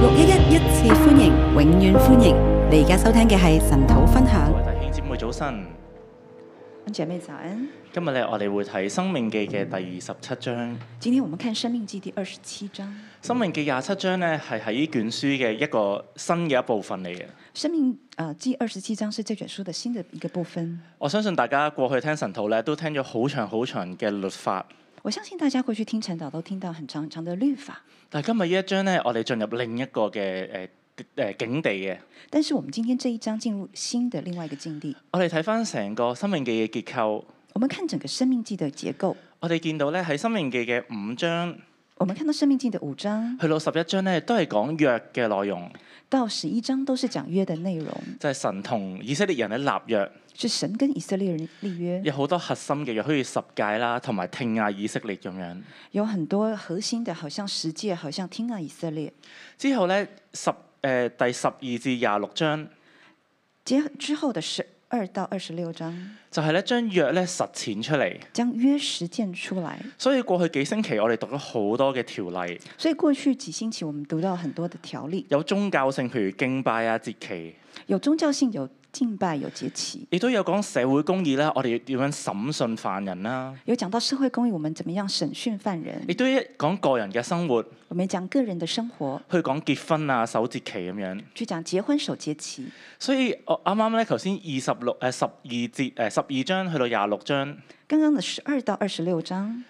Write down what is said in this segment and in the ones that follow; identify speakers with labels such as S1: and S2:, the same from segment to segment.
S1: 六一一一次歡迎，永遠歡迎！你而家收聽嘅係神土分享
S2: 各。位弟兄姊妹早晨，
S1: 姐妹早安，
S2: 今日咧我哋會睇《生命記》嘅第二十七章。《
S1: 今天我們看《生命記》第二十七章，《
S2: 生命記》廿七章咧係喺卷書嘅一個新嘅一部分嚟嘅。
S1: 生命啊記》二十七章是這卷書的新的一個部分。
S2: 我相信大家過去聽神道咧都聽咗好長好長嘅律法，
S1: 我相信大家過去聽陳導都聽到很長很長的律法，
S2: 但係今日呢一章咧我哋進入另一個嘅誒誒境地嘅。
S1: 但是我們今天這一章進入新的另外一個境地。
S2: 我哋睇翻成個《生命記》嘅結構，
S1: 我們看整個《生命記》的結構，
S2: 我哋見到咧喺《生命記》嘅五章
S1: 我們看到《生命記》的五章
S2: 去到十一章咧都係講約嘅內容，
S1: 到十一章都是講約的內容，
S2: 就係、是、神同以色列人咧立約。
S1: 是神跟以色列人立約，
S2: 有好多核心嘅，好似十戒啦，同埋聽亞以色列咁樣。
S1: 有很多核心的，好像十戒，好像聽啊以色列。
S2: 之後咧，十誒、呃第十二至廿六章
S1: 接之後的十二到二十六章，
S2: 就係咧將約咧實踐出嚟。
S1: 將約實踐出來。
S2: 所以過去幾星期我哋讀咗好多嘅條例，
S1: 所以過去幾星期我們讀到很多的條例，
S2: 有宗教性，譬如敬拜啊、節期，
S1: 有宗教性，有敬拜，有節期，
S2: 亦都有講社會公義啦，我哋要點樣審訊犯人啦，
S1: 有講到社會公益，我們怎麼樣審訊犯人
S2: 亦，都一講個人嘅生活，
S1: 我們講個人的生活，
S2: 去講結婚啊、守節期咁樣。
S1: 去講結婚守節期。
S2: 所以我啱啱咧頭先二十六呃誒十二節誒十二章去到廿六章，
S1: 剛剛的十二到二十六章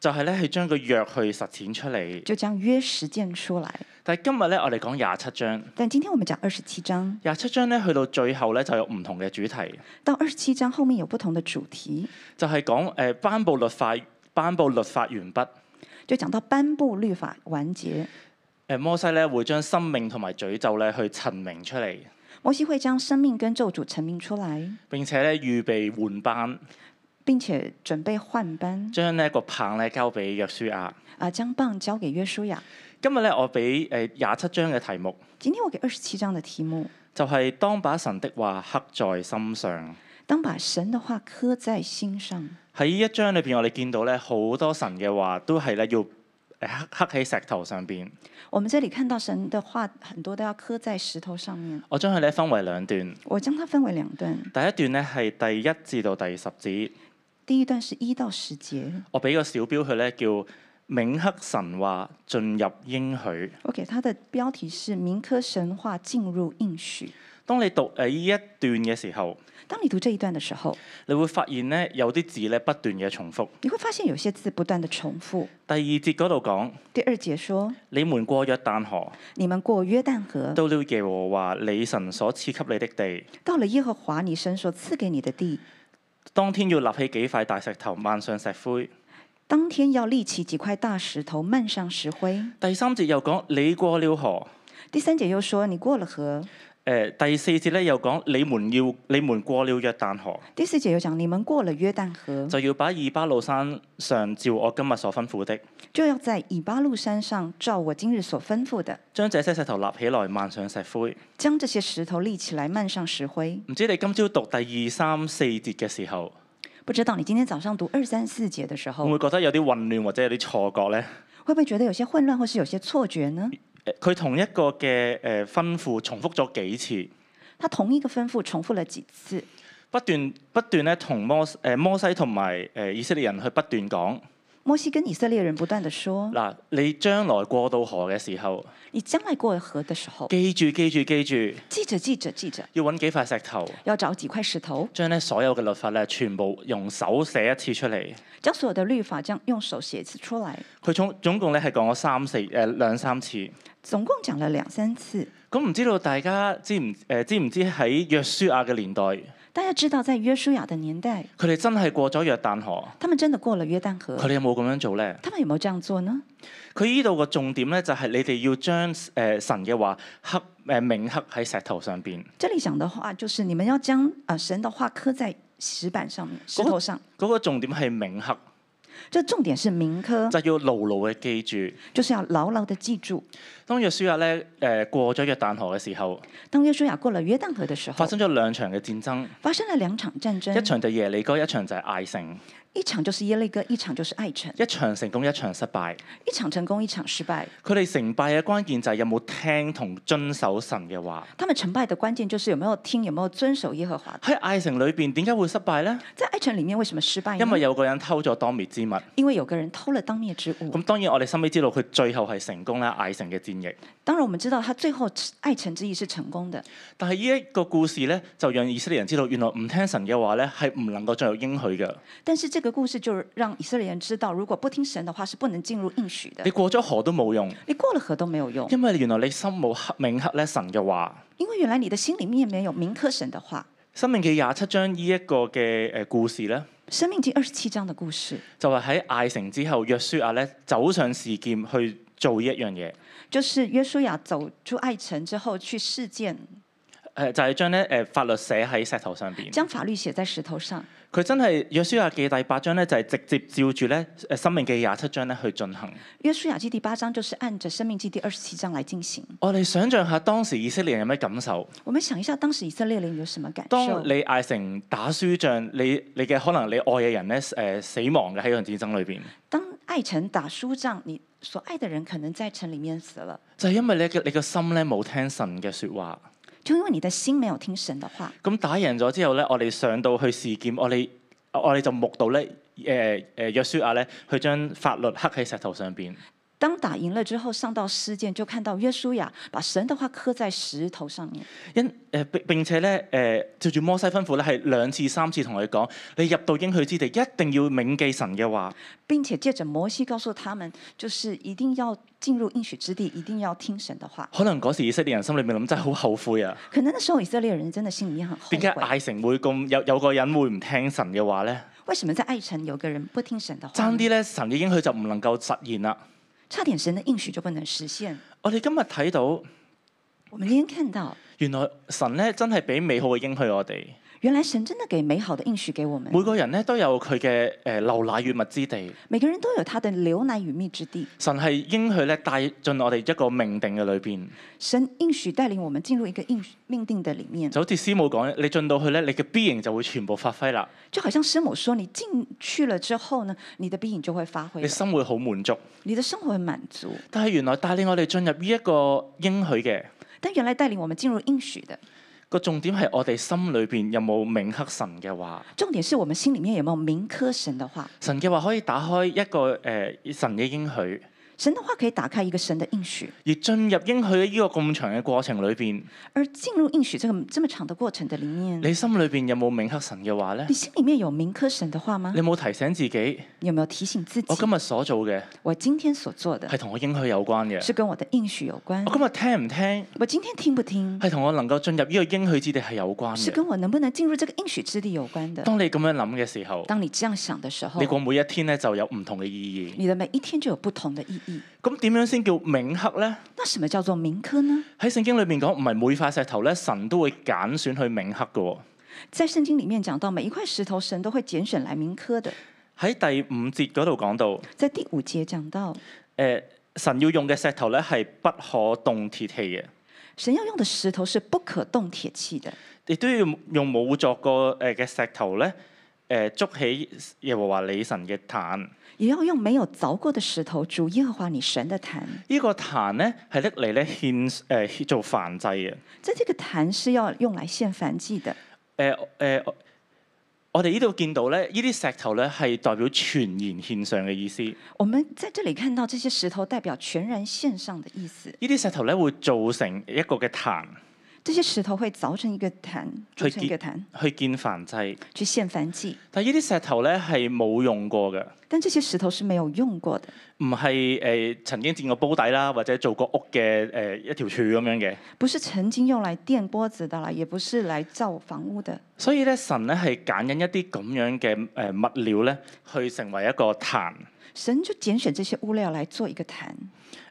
S2: 就係咧去將個約去實踐出嚟。
S1: 就將約實踐出來，
S2: 但係今日咧，我哋講廿七章。
S1: 但今天我們講二十七章，
S2: 廿七章咧，去到最後咧，就有唔同嘅主題，
S1: 到二十七章後面有不同的主題，
S2: 就係講誒頒布律法，頒布律法完畢。
S1: 就講到頒布律法完結，
S2: 誒呃摩西咧會將生命同埋詛咒咧去陳明出嚟，
S1: 摩西會將生命跟咒詛陳明出來，
S2: 並且咧預備換班，
S1: 並且準備換班，
S2: 將呢個棒咧交俾約書亞。
S1: 啊，將棒交給約書亞。
S2: 今日咧，我俾誒廿七章嘅題目
S1: 今天我給二十七章的題目，
S2: 就係、當把神的話刻在心上。
S1: 當把神的話刻在心上。
S2: 喺呢一章裏邊，我哋見到咧好多神嘅話都係咧要誒刻刻喺石頭上邊。
S1: 我們這裡看到神的話很多都要刻在石頭上面。
S2: 我將佢咧分為兩段。
S1: 我將它分為兩段，
S2: 第一段咧係第一至到第十節，
S1: 第一段是一到十節，
S2: 我俾個小標佢咧叫銘刻神話進入應許。
S1: 我給它的標題是“銘刻神話進入應許
S2: 當你讀誒呢一段嘅時候，”。
S1: 當你讀這一段的時候，
S2: 你會發現咧有啲字咧不斷嘅重複。
S1: 你會發現有些字不斷的重複。
S2: 第二節嗰度講：
S1: 第二節說
S2: 你們過約旦河，：“
S1: 你們過約旦河，
S2: 到了耶和華你神所賜給你的地。
S1: 到了耶和華你神所賜給你的地，
S2: 當天要立起幾塊大石頭，漫上石灰。
S1: 當天要立起幾塊大石頭，漫上石灰。”
S2: 第三節又講你過了河，
S1: 第三節又說：“你過了河。”
S2: 誒、第四節咧又講你們要你們過了約旦河。
S1: 第四節又講：“你們過了約旦河，
S2: 就要把以巴路山上照我今日所吩咐的，
S1: 就要在以巴路山上照我今日所吩咐的，
S2: 將這些石頭立起來，漫上石灰。
S1: 將這些石頭立起來，漫上石灰。
S2: 唔知你今朝讀第二三四節嘅時候，
S1: 不知道你今天早上讀二三四節的時
S2: 會唔
S1: 候，
S2: 會覺得有啲混亂或者有啲錯覺呢？
S1: 會不會覺得有些混亂，或是有些錯覺呢？
S2: 誒佢同一個嘅誒吩咐重複咗幾次，
S1: 他同一個吩咐重複了幾次，
S2: 不斷不斷咧同摩誒摩西同埋誒以色列人去不斷講
S1: 摩西跟以色列人不斷的說
S2: 嗱，你將來過到河嘅時候，：“
S1: 你將來過河的時候，
S2: 記住記住記住，
S1: 記着記着記着，
S2: 要揾幾塊石頭，
S1: 要找幾塊石頭，
S2: 將咧所有嘅律法咧全部用手寫一次出嚟。
S1: 將所有的律法這樣用手寫一次出來。
S2: 佢總總共咧係講咗三四誒、兩三次。”
S1: 總共講了兩三次。
S2: 咁唔知道大家知唔誒、呃知唔知喺約書亞嘅年代，佢
S1: 大家知道，在約書亞的年代，
S2: 哋真係過咗約旦河，
S1: 他們真的過了約旦
S2: 佢
S1: 河。
S2: 哋有冇咁樣做呢？
S1: 他們有沒有這樣做呢？
S2: 佢呢度個重點咧就係你哋要將誒、神嘅話刻誒銘刻喺石頭上邊。
S1: 這裡講的話就是你們要將啊、呃神的話刻在石板上面、石頭上。
S2: 嗰、個重點係銘刻，
S1: 這重點是銘刻，
S2: 就要牢牢嘅記住。
S1: 就是要牢牢的記住。
S2: 當約書亞咧誒過咗約旦河嘅時候，
S1: 當約書亞過了約旦河的時候
S2: 發，生咗兩場嘅戰爭，
S1: 發生了兩場戰爭，
S2: 一場就耶利哥，一場就係艾城。
S1: 一场就是耶利哥，一场就是爱城，
S2: 一場成功，一場失敗。
S1: 一場成功，一場失敗。
S2: 佢哋成敗嘅關鍵就係有冇聽同遵守神嘅話。
S1: 他们成敗的關鍵就是有沒有聽，有沒有遵守耶和華。
S2: 喺艾城裏邊點解會失敗呢？
S1: 在愛城裡面為什麼失敗呢？
S2: 因為有個人偷咗當滅之物。
S1: 因為有個人偷了當面之物。
S2: 咁當然我哋心裏知道佢最後係成功啦，艾城嘅戰役。
S1: 當然，我們知道他最後愛城之役是成功的，
S2: 但係呢一個故事呢，就讓以色列人知道原來唔聽神嘅話呢，係唔能夠進入應許嘅。
S1: 但是這個故事就讓以色列人知道，如果不聽神的話，是不能進入應許的
S2: 你。過咗河都冇用，
S1: 你過了河都沒有用，
S2: 因為原來你心冇刻銘刻咧神嘅話。
S1: 因為原來你的心裡面沒有銘刻神的話。
S2: 生命嘅廿七章呢一個嘅誒故事呢，
S1: 生命記二十七章的故事，
S2: 就係喺艾城之後，約書亞呢走上示劍去做呢一樣嘢。
S1: 就是約書亞走出愛城之後去事件，
S2: 誒呃就係將咧誒法律寫喺石頭上邊。
S1: 將法律寫在石頭上。
S2: 佢真係約書亞記第八章咧，就係直接照住咧誒生命記廿七章咧去進行。
S1: 約書亞記第八章就是按着《生命記》第二十七章來進行。
S2: 我哋想象下當時以色列人有咩感受？
S1: 我們想一下，當時以色列人有什麼感受
S2: 當？你艾城打輸仗，你你嘅可能你愛嘅人咧誒、死亡嘅喺嗰場戰爭裏邊，
S1: 當愛城打輸仗，你所愛的人可能在城裡面死了，
S2: 就係、因為你嘅你個心咧冇聽神嘅説話。
S1: 就因為你的心沒有聽神的話。
S2: 咁打贏咗之後咧，我哋上到去示劍，我哋我哋就目睹咧誒誒約書亞咧，去將法律刻喺石頭上邊。
S1: 當打贏了之後，上到施劍，就看到約書亞把神的話刻在石頭上面，
S2: 因誒、呃、並並且咧誒、呃照住摩西吩咐咧，係兩次三次同佢講，你入到應許之地一定要銘記神嘅話。
S1: 並且借着摩西告訴他們，就是一定要進入應許之地，一定要聽神的話。
S2: 可能嗰時以色列人心裏面諗真係好後悔啊！
S1: 可能那時候以色列人真的心裡面很後
S2: 點解
S1: 悔，
S2: 艾城會咁有有個人會唔聽神嘅話咧？
S1: 為什麼在愛城有個人不聽神的話
S2: 爭
S1: 呢？
S2: 啲咧，神嘅應許就唔能夠實現啦。
S1: 差點神的應許就不能實現。
S2: 我哋今日睇到，
S1: 我們今天看到，
S2: 原來神咧真係俾美好嘅應許我哋。
S1: 原來神真的給美好的應許給我們，
S2: 每個人咧都有佢嘅誒流奶與蜜之地。
S1: 每個人都有他的流奶與蜜之地。
S2: 神係應許咧帶進我哋一個命定嘅裏邊，
S1: 神應許帶領我們進入一個應許命定的裡面，
S2: 就好似師母講，你進到去咧，你嘅 B 型就會全部發揮啦。
S1: 就好像師母說，你進去了之後呢，你的 B 影就會發揮
S2: 你
S1: 了，
S2: 心會好滿足。
S1: 你的生活很滿足。
S2: 但係原來帶領我哋進入呢一個應許嘅
S1: 但原來帶領我們進入應許的
S2: 個重點係我哋心裏邊有冇銘刻神嘅話。
S1: 重點是我們心裡面有沒有銘刻神的話？
S2: 神嘅話可以打開一個誒、呃神嘅應許，
S1: 神的話可以打開一個神的應許，
S2: 而進入應許呢個咁長嘅過程裏邊，
S1: 而進入應許這個這麼長的過程的裡面，
S2: 你心裏邊有冇銘刻神嘅話呢
S1: 你？心裡面有銘刻神的話嗎
S2: 你？有冇提醒自己，
S1: 你有沒有提醒自己
S2: 我，今日所做嘅
S1: 我今天所做的
S2: 係同我應許有關嘅？
S1: 是跟我的應許有關
S2: 我？今日聽唔聽
S1: 我今天聽不聽，
S2: 係同我能夠進入呢個應許之地係有關
S1: 是
S2: 嘅。
S1: 跟我能不能進入這個應許之地有關的。
S2: 當你咁樣諗嘅時候，
S1: 當你這樣想的時候
S2: 你，過每一天咧就有唔同嘅意義。
S1: 你的每一天就有不同的意義。
S2: 咁點樣先叫銘刻呢？
S1: 那什麼叫做銘刻呢？
S2: 喺聖經裏面講，唔係每塊石頭咧，神都會揀選去銘刻嘅喎。
S1: 在聖經裡面講到，每一塊石頭神都會揀選來銘刻的。
S2: 喺第五節嗰度講到，誒、呃
S1: 在第五節講到，
S2: 神要用嘅石頭咧係不可動鐵器嘅，
S1: 神要用的石頭是不可動鐵器的，
S2: 亦都要用冇作過誒嘅石頭咧，誒、築起耶和華你神嘅壇。呢、
S1: 也要用沒有鑿過的石頭築耶和華你神的壇。
S2: 個壇咧係拎嚟咧獻誒、獻做燔祭嘅。
S1: 在這個壇是要用來獻燔祭的。
S2: 誒誒、我呃我哋呢度見到咧，呢啲石頭咧係代表全然獻上嘅意思。呢
S1: 我們在這裡看到這些石頭代表全然獻上的意思，
S2: 啲石頭咧會造成一個嘅壇
S1: 這些石頭會鑿成一個壇，
S2: 去
S1: 鑿成一個壇
S2: 去建燔祭，
S1: 去獻燔祭。
S2: 但係呢啲石頭咧係冇用過嘅，
S1: 但這些石頭是沒有用過的，
S2: 唔係誒曾經墊過煲底啦，或者做過屋嘅誒、呃一條柱咁樣嘅。
S1: 不是曾經用來墊脖子的啦，也不是來造房屋的。
S2: 所以咧，神咧係揀緊一啲咁樣嘅誒物料咧，去成為一個壇，誒、
S1: 神就揀選這些物料來做一個壇，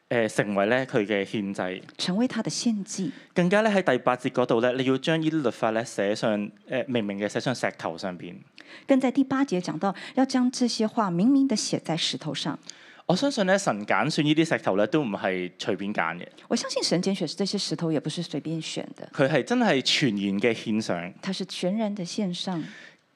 S2: 呃成為咧佢嘅獻祭。
S1: 成為他的獻祭。
S2: 更加咧喺第八節嗰度咧，你要將呢啲律法咧寫上誒、呃明明嘅寫上石頭上邊。
S1: 更在第八節講到，要將這些話明明的寫在石頭上。
S2: 我相信咧，神揀選呢啲石頭咧都唔係隨便揀嘅，
S1: 我相信神揀選這些石頭也不是隨便選的，
S2: 佢係真係全然嘅獻上。
S1: 它是全然的獻上。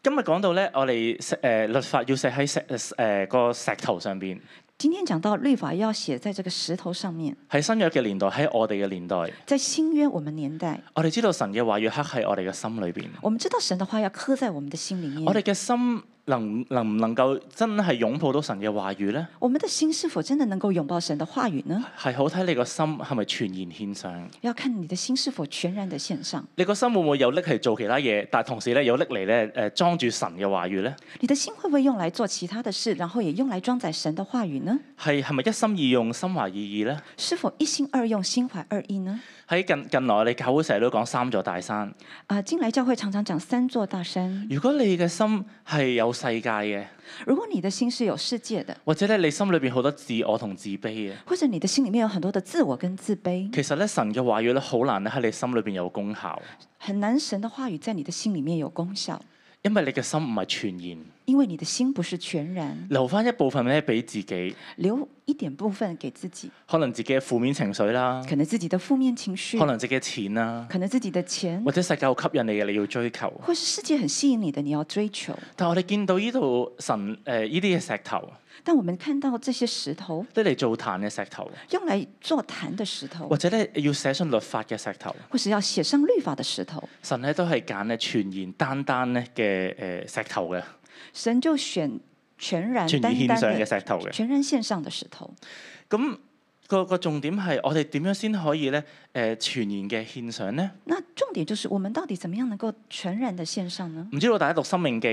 S2: 今日講到咧，我哋誒、呃律法要寫喺石誒、呃、個石頭上邊。
S1: 今天讲到律法要寫在这个石头上面，
S2: 喺新約嘅年代，喺我哋嘅年代，
S1: 在新约我们年代，
S2: 我哋知道神嘅話要刻喺我哋嘅心裏邊。
S1: 我们知道神的话要刻在我们的心里面。
S2: 我哋嘅心能能唔能夠真係擁抱到神嘅話語呢？
S1: 我们的心是否真的能够擁抱神的话语呢？
S2: 係好睇你個心係咪全然獻上？
S1: 要看你的心是否全然的獻上，
S2: 你個心會唔會有拎嚟做其他嘢，但係同時咧有拎嚟咧誒裝住神嘅話語呢？
S1: 你的心会不会用来做其他的事，然后也用来装载神的话语呢？
S2: 係係咪一心二用、心懷二意呢？
S1: 是否一心二用、心怀二意呢？
S2: 喺近近來，我哋教會成日都講三座大山。
S1: 啊、近来教会常常讲三座大山。
S2: 如果你嘅心係有世界嘅，
S1: 如果你的心是有世界的，
S2: 或者咧你心裏邊好多自我同自卑嘅，啊
S1: 或者你的心里面有很多的自我跟自卑，
S2: 其實咧神嘅話語咧好難咧喺你心裏邊有功效，
S1: 很难神的话语在你的心里面有功效，
S2: 因為你嘅心唔係全然，
S1: 因为你的心不是全然，
S2: 留翻一部分咧俾自己，
S1: 留一點部分给自己，
S2: 可能自己嘅負面情緒啦，
S1: 可能自己的负面情绪
S2: 可，能自己嘅錢啦，
S1: 可能自己的钱
S2: 或，者世界好吸引你嘅，你要追求。
S1: 或是世界很吸引你的，你要追求。
S2: 但我哋見到呢度神誒呢啲嘅石頭，
S1: 但我们看到这些石头，
S2: 拎嚟做壇嘅石頭，
S1: 用來做坛的石头
S2: 或，者咧要寫信律法嘅石頭，
S1: 或是要写上律法的石头，
S2: 神咧都係揀咧全然單單咧嘅誒呃石頭嘅，
S1: 神就选全然
S2: 全然
S1: 单
S2: 獻
S1: 单
S2: 上嘅
S1: 的、
S2: 石頭嘅。
S1: 全然献上的石头。
S2: 咁個個重點係我哋點樣先可以咧？誒、全然嘅獻上咧？
S1: 那重点就是我们到底怎么样能够全然的献上呢？
S2: 唔知道大家讀《生命記》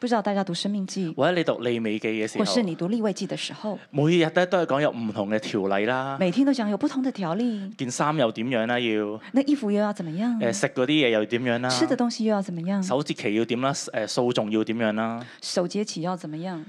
S1: 不知道大家读《生命记》
S2: 或者你讀《利美記》嘅時
S1: 或是
S2: 候，
S1: 你读《立位记》的时候，
S2: 每日咧都係講有唔同嘅條例啦，
S1: 每天都讲有不同的条例，
S2: 件衫又點樣啦，要呃
S1: 那衣服又要怎么样，
S2: 誒食嗰啲嘢又點樣啦，
S1: 嗯吃的东西又要怎么样，
S2: 首節期要點啦，誒訴訟要點樣啦。
S1: 守节期要怎么样。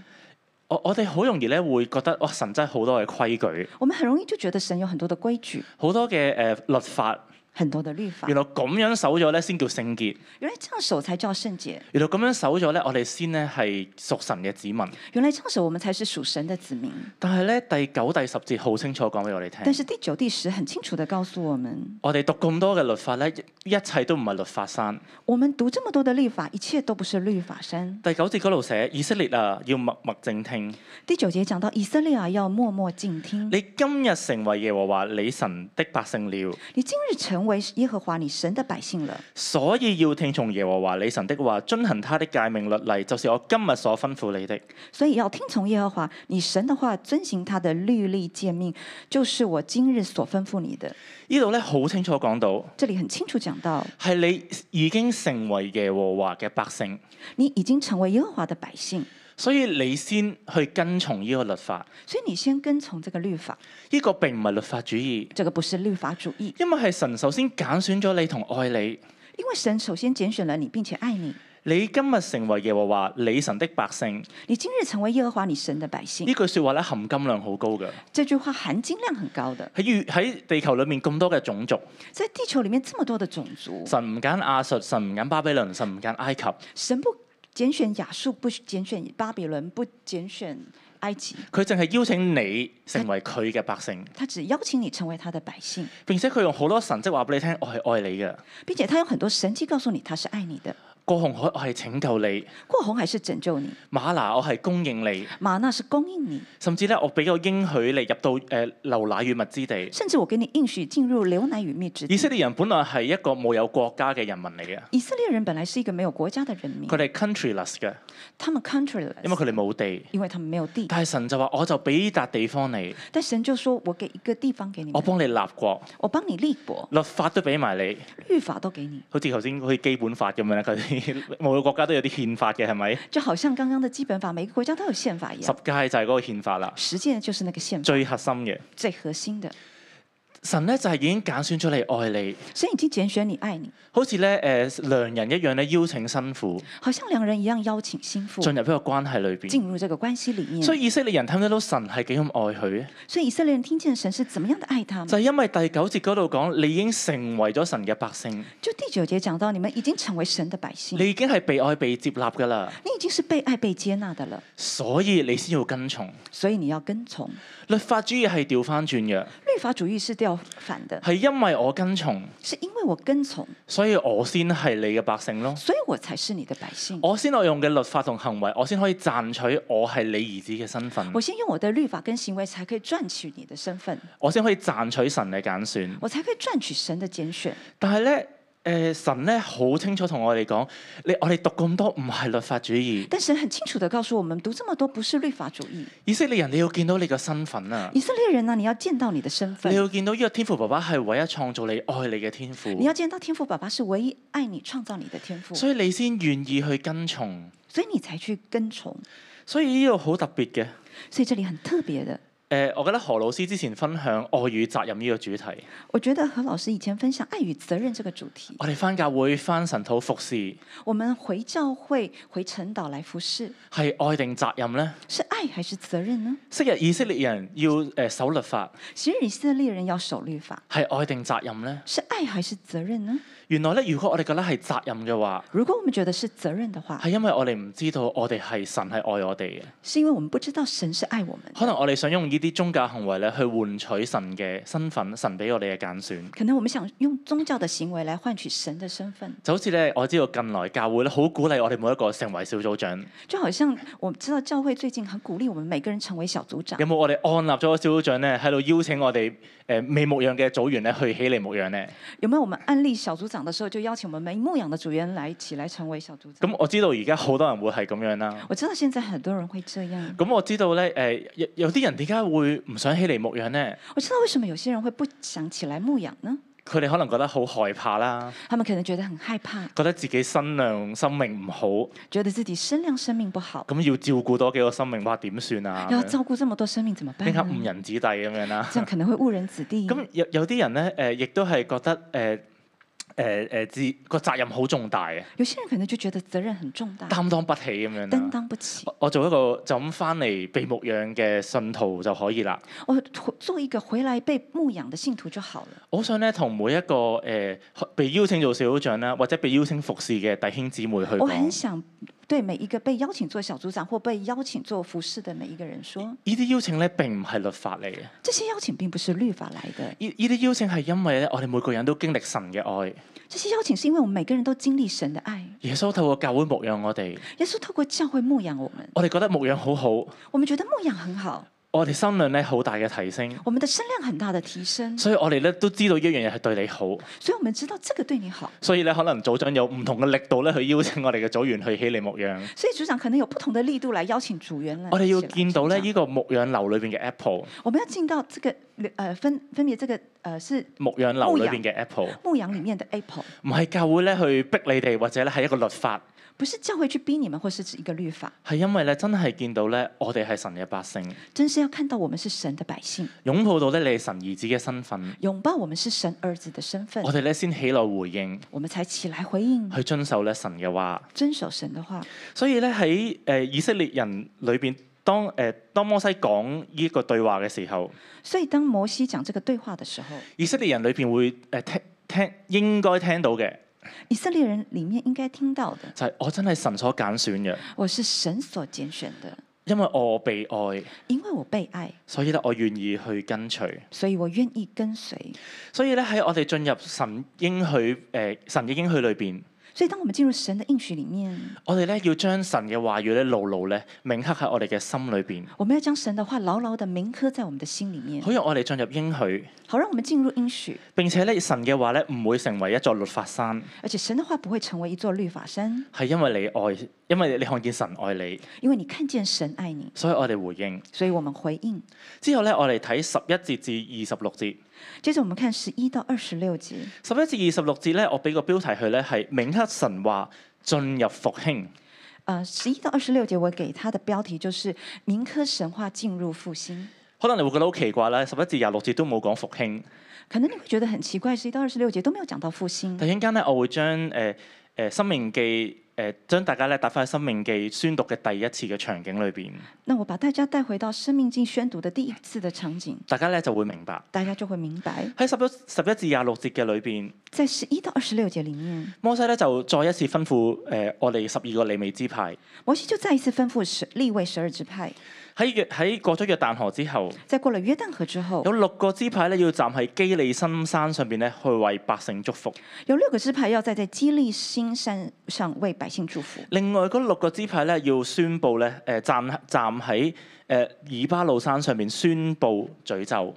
S2: 我我哋好容易咧會覺得哇神真係好多嘅規矩，
S1: 我们很容易就觉得神有很多的规矩，
S2: 好多嘅誒、呃律法，
S1: 很多的律法
S2: 原。來咁樣守咗咧先叫聖潔，
S1: 原来这样守才叫圣洁，
S2: 原來咁樣守咗咧我哋先咧係屬神嘅子民。
S1: 原来这样守我们才是属神的子民。
S2: 但係咧第九第十節好清楚講俾我哋
S1: 但
S2: 聽，
S1: 是第九、第十很清楚的告诉我们，
S2: 我哋讀咁多嘅律法咧，一一切都唔係律法山。
S1: 我们读这么多的律法，一切都不是律法山。
S2: 第九節嗰度寫以色列啊，要默默靜聽。
S1: 第九节讲到以色列啊，要默默静听。
S2: 你今日成為耶和華你神的百姓了，
S1: 你今日成为耶和華你神的百姓了，
S2: 所以要聽從耶和華你神的話，遵行他的誡命律例，就是我今日所吩咐你的。
S1: 所以要听从耶和华你神的话，遵行他的律例诫命，就是我今日所吩咐你的。
S2: 呢度咧好清楚講到，
S1: 这里很清楚讲到，
S2: 係你已經成為耶和華嘅百姓，
S1: 你已经成为耶和华的百姓，
S2: 所以你先去跟從呢個律法。
S1: 所以你先跟从这个律法。
S2: 呢、個並唔係律法主義，
S1: 这个不是律法主义，
S2: 因為係神首先揀選咗你同愛你。
S1: 因为神首先拣选了你，并且爱你。
S2: 你今日成為耶和華你神的百姓，
S1: 你今日成为耶和华你神的百姓
S2: 呢，句説話咧含金量好高嘅。
S1: 这句话含金量很高的。
S2: 喺月喺地球裏面咁多嘅種族，
S1: 在地球里面这么多的种族，
S2: 神唔揀亞述，神唔揀巴比倫，神唔揀埃及，
S1: 神不拣选亚述，不拣选巴比伦，不拣选埃及，
S2: 佢淨係邀請你成為佢嘅百姓。
S1: 他只邀请你成为他的百姓，
S2: 並且佢用好多神跡話俾你聽，我係愛你嘅。
S1: 并且他有很多神迹告诉你他是爱你的。
S2: 過紅海我係拯救你，
S1: 过红海是拯救你，
S2: 馬拿我係供應你，
S1: 玛纳是供应你，
S2: 甚至咧我俾個應許你入到誒、呃、流奶與蜜之地。
S1: 甚至我给你应许进入流奶与蜜之
S2: 以
S1: 地。
S2: 色列人本來係一個冇有國家嘅人民嚟嘅，
S1: 以色列人本来是一个没有国家的人民
S2: 佢，哋 countryless 嘅，
S1: 他们 countryless，
S2: 因為佢哋冇地。
S1: 因为他们没有地。
S2: 但係神就話：我就俾呢笪地方你，
S1: 但神就说：“我给一个地方给你
S2: 我
S1: 们，
S2: 幫你立國，
S1: 我帮你立国，
S2: 律法都俾埋你。
S1: 律法都给你。
S2: 好似頭先嗰啲基本法咁樣咧，佢 哋每個國家都有啲憲法嘅，係咪？”
S1: 就好像刚刚的基本法，每个国家都有宪法一
S2: 十
S1: 样，
S2: 戒就係嗰個憲法啦，
S1: 实践就是那个宪法
S2: 最核心嘅。
S1: 最核心的。
S2: 神咧就係已經揀選咗你愛你，
S1: 神已经拣选你，爱你，
S2: 嗯好似咧誒良人一樣咧邀請辛苦
S1: 好像兩人一样邀请心腹
S2: 進入一個關係裏邊。
S1: 进入这个关系里面。
S2: 所
S1: 所
S2: 以以色列人睇唔睇到神係幾咁愛佢咧？
S1: 以，以色列人聽見神是怎么样的爱他
S2: 就
S1: 们，
S2: 係因為第九節嗰度講，你已經成為咗神嘅百姓，
S1: 就第九节讲到，你们已经成为神的百姓，
S2: 你已經係被愛被接納㗎啦，
S1: 你已经是被爱被接纳的了，
S2: 所以你先要跟從。
S1: 所以你要跟从。
S2: 律法主義係調翻轉嘅，
S1: 律法主义是掉反的，
S2: 係因為我跟從，
S1: 是因为我跟从，
S2: 所以我先係你嘅百姓咯。
S1: 所以我才是你的百姓。
S2: 我先我用嘅律法同行為，我先可以賺取我係你兒子嘅身份，
S1: 我先用我的律法跟行为，才可以赚取你的身份，
S2: 我先可以賺取神嘅揀選。
S1: 我才可以赚取神的拣选。
S2: 但係咧，誒、神咧好清楚同我哋講，你我哋讀咁多唔係律法主義，
S1: 但神很清楚的告诉我们，读这么多不是律法主义。
S2: 以色列人你要見到你嘅身份啊！
S1: 以色列人呢、你要見到你的身份
S2: 你，要見到呢個天父爸爸係唯一創造你、愛你嘅天
S1: 你
S2: 父，
S1: 要見到天父爸爸是唯一愛你、創造你的天父，
S2: 所以你先願意去跟從。
S1: 所以你才去跟從。
S2: 所以呢度好特別嘅。
S1: 所以這裡很特別的，
S2: 誒、我覺得何老師之前分享愛與責任呢個主題，
S1: 我覺得何老師以前分享愛與責任這個主題，
S2: 我哋翻教會、翻神土服侍
S1: 我們回教會、回晨島來服侍，
S2: 係愛定責任呢？
S1: 是愛還是責任呢？
S2: 昔日以色列人要誒、守律法
S1: 其實以色列人要守律法，
S2: 係愛定責任呢？
S1: 是愛還是責任呢？
S2: 原來咧，如果我哋覺得係責任嘅話，
S1: 如果我們覺得是責任的話，
S2: 係因為我哋唔知道我哋係神係愛我哋嘅，
S1: 是因為我們不知道神是愛我們的。
S2: 可能我哋想用呢啲宗教行為咧去換取神嘅身份，神俾我哋嘅揀選。
S1: 可能我們想用宗教的行為來換取神的身份，
S2: 就好似咧，我知道近來教會咧好鼓勵我哋每一個成為小組長。
S1: 就好像我知道教會最近很鼓勵我們每個人成為小組長
S2: 有。冇我哋按立咗個小組長咧，喺度邀請我哋誒未牧養嘅組員咧去起嚟牧養咧？
S1: 有没有我们案例小组长的时候，就邀请我们每牧养的组员来一起来成为小组长？
S2: 咁我知道而家好多人會係咁樣啦。
S1: 我知道现在很多人会这样，
S2: 咁我知道咧，誒、有有啲人點解會唔想起嚟牧養咧？
S1: 我知道为什么有些人会不想起来牧养呢？
S2: 佢哋可能覺得好害怕啦，
S1: 他们可能觉得很害怕，
S2: 覺得自己身量生命唔好，
S1: 觉得自己身量生命不好，
S2: 咁要照顧多幾個生命，哇點算啊？
S1: 要照顧这么多生命怎么办
S2: 拎下誤
S1: 呢？
S2: 人子弟咁樣啦。
S1: 这样可能会误人子 弟。
S2: 咁有有啲人咧，誒、亦都係覺得誒誒誒自個責任好重大嘅，
S1: 有些人可能就觉得责任很重大，
S2: 擔當不起咁樣啦
S1: 担。当不起。
S2: 我我做一個就咁翻嚟被牧養嘅信徒就可以啦。
S1: 我做一个回来被牧养的信徒就好了。
S2: 我好想咧同每一個誒、呃被邀請做小組長啦，或者被邀請服侍嘅弟兄姊妹去
S1: 我很
S2: 講，
S1: 想对每一个被邀请做小组长或被邀请做服侍的每一个人说，
S2: 呢啲邀請咧並唔係律法嚟嘅，呢
S1: 这些邀请并不是律法来的。
S2: 呢啲邀請係因為咧我哋每個人都經歷神嘅愛，
S1: 这些邀请是因為我們每個人都經歷神的愛，
S2: 耶穌透過教會牧養我哋，
S1: 耶穌透過教會牧養我們，
S2: 我哋覺得牧養好好，
S1: 我們覺得牧養很好，
S2: 我哋心量咧好大嘅提升，
S1: 我們的聲量很大的提升，
S2: 所以我哋咧都知道一樣嘢係對你好，
S1: 所以我們知道這個對你好。
S2: 所以咧可能組長有唔同嘅力度咧去邀請我哋嘅組員去起嚟牧養。
S1: 所以組長可能有不同的力度來邀請組員來。
S2: 我哋要
S1: 一起來
S2: 見到咧，
S1: 成長
S2: 呢個牧養樓裏邊嘅 Apple，
S1: 我們要進到這個呃分分別這個呃是
S2: 牧養樓裏邊嘅 Apple，
S1: 牧羊裡面的 apple，
S2: 唔係教會咧去逼你哋，或者咧係一個律法，
S1: 不是教會去逼你們或是指一個律法，
S2: 係因為咧真係見到咧我哋係神嘅百姓，
S1: 真是要看到我們是神的百姓，
S2: 擁抱到咧你係神兒子嘅身份，
S1: 擁抱我們是神兒子的身份
S2: 我，哋咧先起來回應，
S1: 我們才起來回應，
S2: 去遵守咧神嘅話。
S1: 遵守神的話。
S2: 所以咧喺誒以色列人裏邊，當誒、呃、當摩西講呢個對話嘅時候，
S1: 所以當摩西講這個對話的時候，
S2: 以色列人裏邊會誒、呃、聽聽應該聽到嘅
S1: 以色列人裡面應該聽到的，
S2: 就係、我真係神所揀選嘅，
S1: 我是神所揀選的，
S2: 因為我被愛。
S1: 因為我被愛，
S2: 所以咧，我願意去跟隨。
S1: 所以我願意跟隨。
S2: 所以咧，喺我哋進入神應許誒、呃神嘅應許裏邊，
S1: 所以當我們進入神的應許裡面，
S2: 我哋咧要將神嘅話語咧牢牢咧銘刻喺我哋嘅心裏邊，
S1: 我們要將神的話牢牢地銘刻在我們的心裡面
S2: 好，讓我哋進入應許。
S1: 好讓我們進入應許。
S2: 並且咧，神嘅話咧唔會成為一座律法山，
S1: 而且神的話不會成為一座律法山，
S2: 係因為你愛，因為你看見神愛你，
S1: 因為你看見神愛你，
S2: 所以我哋回應。
S1: 所以我們回應。
S2: 之後咧，我哋睇十一節至二十六節。
S1: 接着我們看十一到二十六節，
S2: 十一至二十六節咧，我俾個標題佢咧係銘刻神話進入復興。
S1: 呃，十一到二十六節我給它的標題就是“銘刻神話進入復興”。
S2: 可能你會覺得好奇怪啦，十一至廿六節都冇講復興。
S1: 可能你會覺得很奇怪，十一到二十六節都沒有講到復興。
S2: 突然間咧，我會將誒誒呃《生命記》誒將大家咧帶翻去《生命記》宣讀嘅第一次嘅場景裏邊，
S1: 那我把大家带回到《生命经》宣读的第一次的场景，
S2: 大家咧就會明白
S1: 大家就会明白，
S2: 喺十一十一至廿六節嘅裏邊，
S1: 在十一到二十六节里面，
S2: 摩西咧就再一次吩咐誒、呃我哋十二個利未支派
S1: 摩西就再一次吩咐十立位十二支派，
S2: 喺約喺過咗約旦河之後，
S1: 在过了约旦河之后
S2: 有，六個支派咧要站喺基利新山上邊咧去為百姓祝福，
S1: 有六个支派要站在基利新山上为百姓祝福，
S2: 另外嗰六個支派咧要宣布咧誒站站喺誒以巴路山上面宣布詛咒。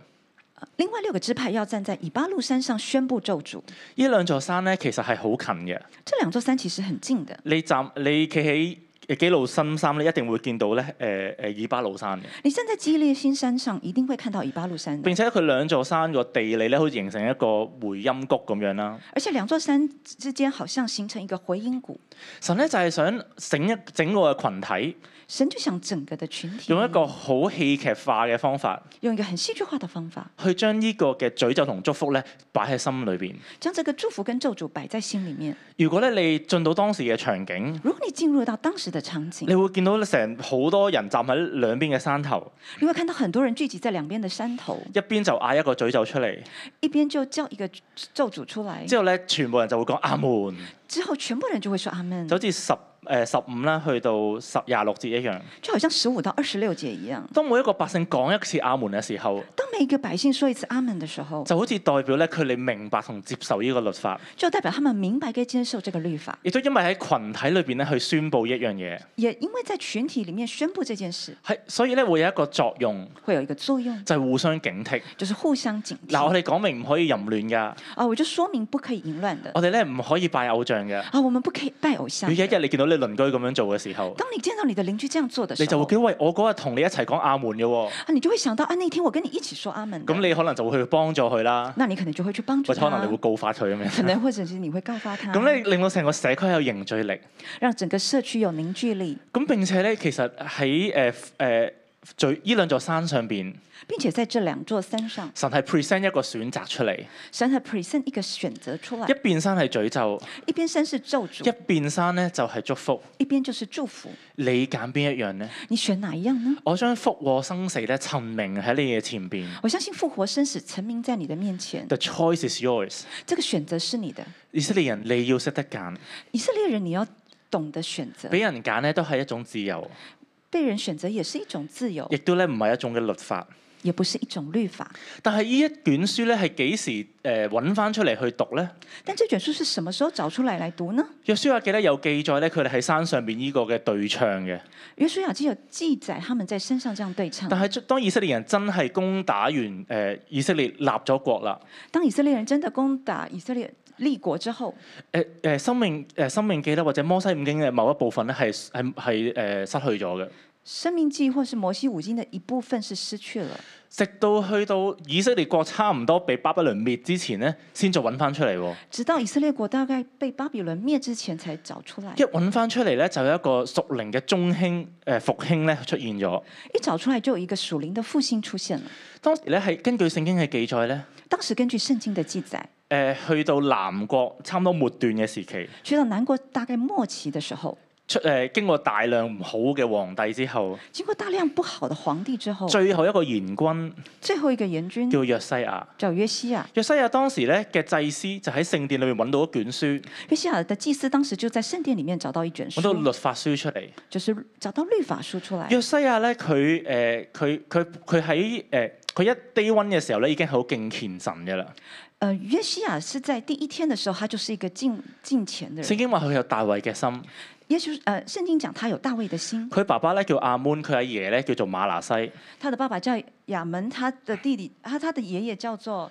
S1: 呃另外六个支派要站在以巴路山上宣布咒诅。
S2: 呢兩座山咧其實係好近嘅，
S1: 这两座山其实很近的，
S2: 你站你企喺誒基路新山咧，一定會見到咧誒誒以巴路山嘅。
S1: 你站在基利新山上一定会看到以巴路山的
S2: 並且佢兩座山個地理咧，好似形成一個回音谷咁樣啦。
S1: 而且两座山之间好像形成一个回音谷。
S2: 神咧就係想整一整個嘅群體，
S1: 神就想整个的群体
S2: 用一個好戲劇化嘅方法，
S1: 用一个很戏剧化的方法，
S2: 去將呢個嘅詛咒同祝福咧擺喺心裏邊。
S1: 将这个祝福跟咒诅摆在心里面。
S2: 如果咧你進到當時嘅場景，
S1: 如果你进入到当时的场景，
S2: 你會見到成好多人站喺兩邊嘅山頭，
S1: 你会看到很多人聚集在两边的山头，
S2: 一邊就嗌一個詛咒出嚟，
S1: 一边就叫一个咒诅出来，
S2: 之後咧全部人就會講阿門，
S1: 之后全部人就会说阿门
S2: 就，好似十誒十五啦，去到十廿六節一樣。
S1: 就好像十五到二十六节一样。
S2: 當每一個百姓講一次阿門嘅時候，
S1: 当每一个百姓说一次阿门的时候，
S2: 就好似代表咧佢哋明白同接受呢個律法，
S1: 就代表他们明白该接受这个律法，
S2: 亦都因為喺群體裏邊咧去宣佈一樣嘢，
S1: 也因为在群体里面宣布这件事，
S2: 係所以咧會有一個作用，
S1: 会有一个作用，
S2: 就係、互相警惕。
S1: 就是互相警惕。
S2: 嗱，我哋講明唔可以淫亂㗎，
S1: 啊，我就说明不可以淫乱的
S2: 我哋咧唔可以拜偶像㗎。
S1: 啊，我们不可以拜偶像
S2: 如果。哦有一日你見到你鄰居咁樣做嘅時候，
S1: 当你见到你的邻居这样做的时
S2: 你就
S1: 候
S2: 會，驚喂，我嗰日同你一齊講阿門嘅喎，
S1: 啊，你就会想到啊，那天我跟你一起说阿门的，
S2: 咁你可能就會去幫助佢啦，
S1: 那你可能就会去帮助
S2: 或者
S1: 他，
S2: 可能你會告發佢咁
S1: 可
S2: 樣。
S1: 能或者是你会告发他，
S2: 咁你令到成個社區有凝聚力，
S1: 让整个社区有凝聚力，
S2: 咁並且咧，其實喺誒誒最呢兩座山上邊，
S1: 并且在这两座山上，
S2: 神係 present 一個選擇出嚟，
S1: 神还 present 一个选择出来
S2: 一，邊山係詛咒，
S1: 一边山是咒
S2: 一
S1: 诅，
S2: 邊山咧就係祝福。
S1: 一边就是祝福，
S2: 你揀邊一樣呢？
S1: 你选哪一样呢？
S2: 我將福禍生死咧陳明喺你嘅前邊。
S1: 我相信复活生死沉明在你的面前，
S2: The choice is yours。
S1: 这个选择是你的。
S2: 以色列人你要識得揀，
S1: 以色列人，你要懂得选择，
S2: 俾人揀咧都係一種自由，
S1: 被人选择也是一种自由
S2: 亦，都咧唔係一種嘅律法。
S1: 也不是一種律法。
S2: 但係呢一卷書咧係幾時誒揾翻呃出嚟去讀呢？
S1: 但这卷書是什么時候找出来来读呢？
S2: 約書亞記咧有記載咧，佢哋喺山上邊呢個嘅對唱嘅。
S1: 约书亚记有記載他們在山上這樣對唱。
S2: 但係當以色列人真係攻打完誒、呃以色列立咗國啦，
S1: 當以色列人真的攻打以色列立國之後，
S2: 誒誒《生命》誒《生命記》咧，或者《摩西五經》嘅某一部分咧，係係係誒呃失去咗嘅。
S1: 生命記或是摩西五經的一部分是失去了，
S2: 直到去到以色列國差唔多被巴比倫滅之前咧，先再揾翻出嚟喎。
S1: 直到以色列國大概被巴比倫滅之前才找出來
S2: 一。揾翻出嚟咧，就有一個屬靈嘅中興誒、呃、復興咧出現咗。
S1: 一找出來就有一個屬靈的復興出現了。
S2: 當時咧係根據聖經嘅記載咧，誒、
S1: 當時根據聖經的記載，
S2: 呃去到南國差唔多末段嘅時期，
S1: 去到南國大概末期的時候，
S2: 出誒、呃、經過大量唔好嘅皇帝之後，
S1: 經過大量不好的皇帝之後，
S2: 最後一個賢君
S1: 最後一個援軍
S2: 叫約西亞。
S1: 叫約西亞。
S2: 約西亞當時咧嘅祭司就喺聖殿裏面揾到一卷書，
S1: 約西亞的祭司當時就在聖殿裡面找到一卷
S2: 揾到
S1: 書，
S2: 律法書出嚟。
S1: 就是找到律法書出來。
S2: 約西亞咧，佢誒佢佢佢喺誒佢一 day one 嘅時候咧，已經係好敬虔神嘅啦。
S1: 呃，约西亚是在第一天的時候，他就是一個敬敬虔的
S2: 聖
S1: 人。
S2: 經話佢有大衛嘅心，
S1: 耶穌呃，聖經講他有大衛的心，
S2: 佢爸爸咧叫阿門，佢阿爺咧叫做馬拿西。
S1: 他的爸爸叫亞門，他的弟弟他他的爺爺叫做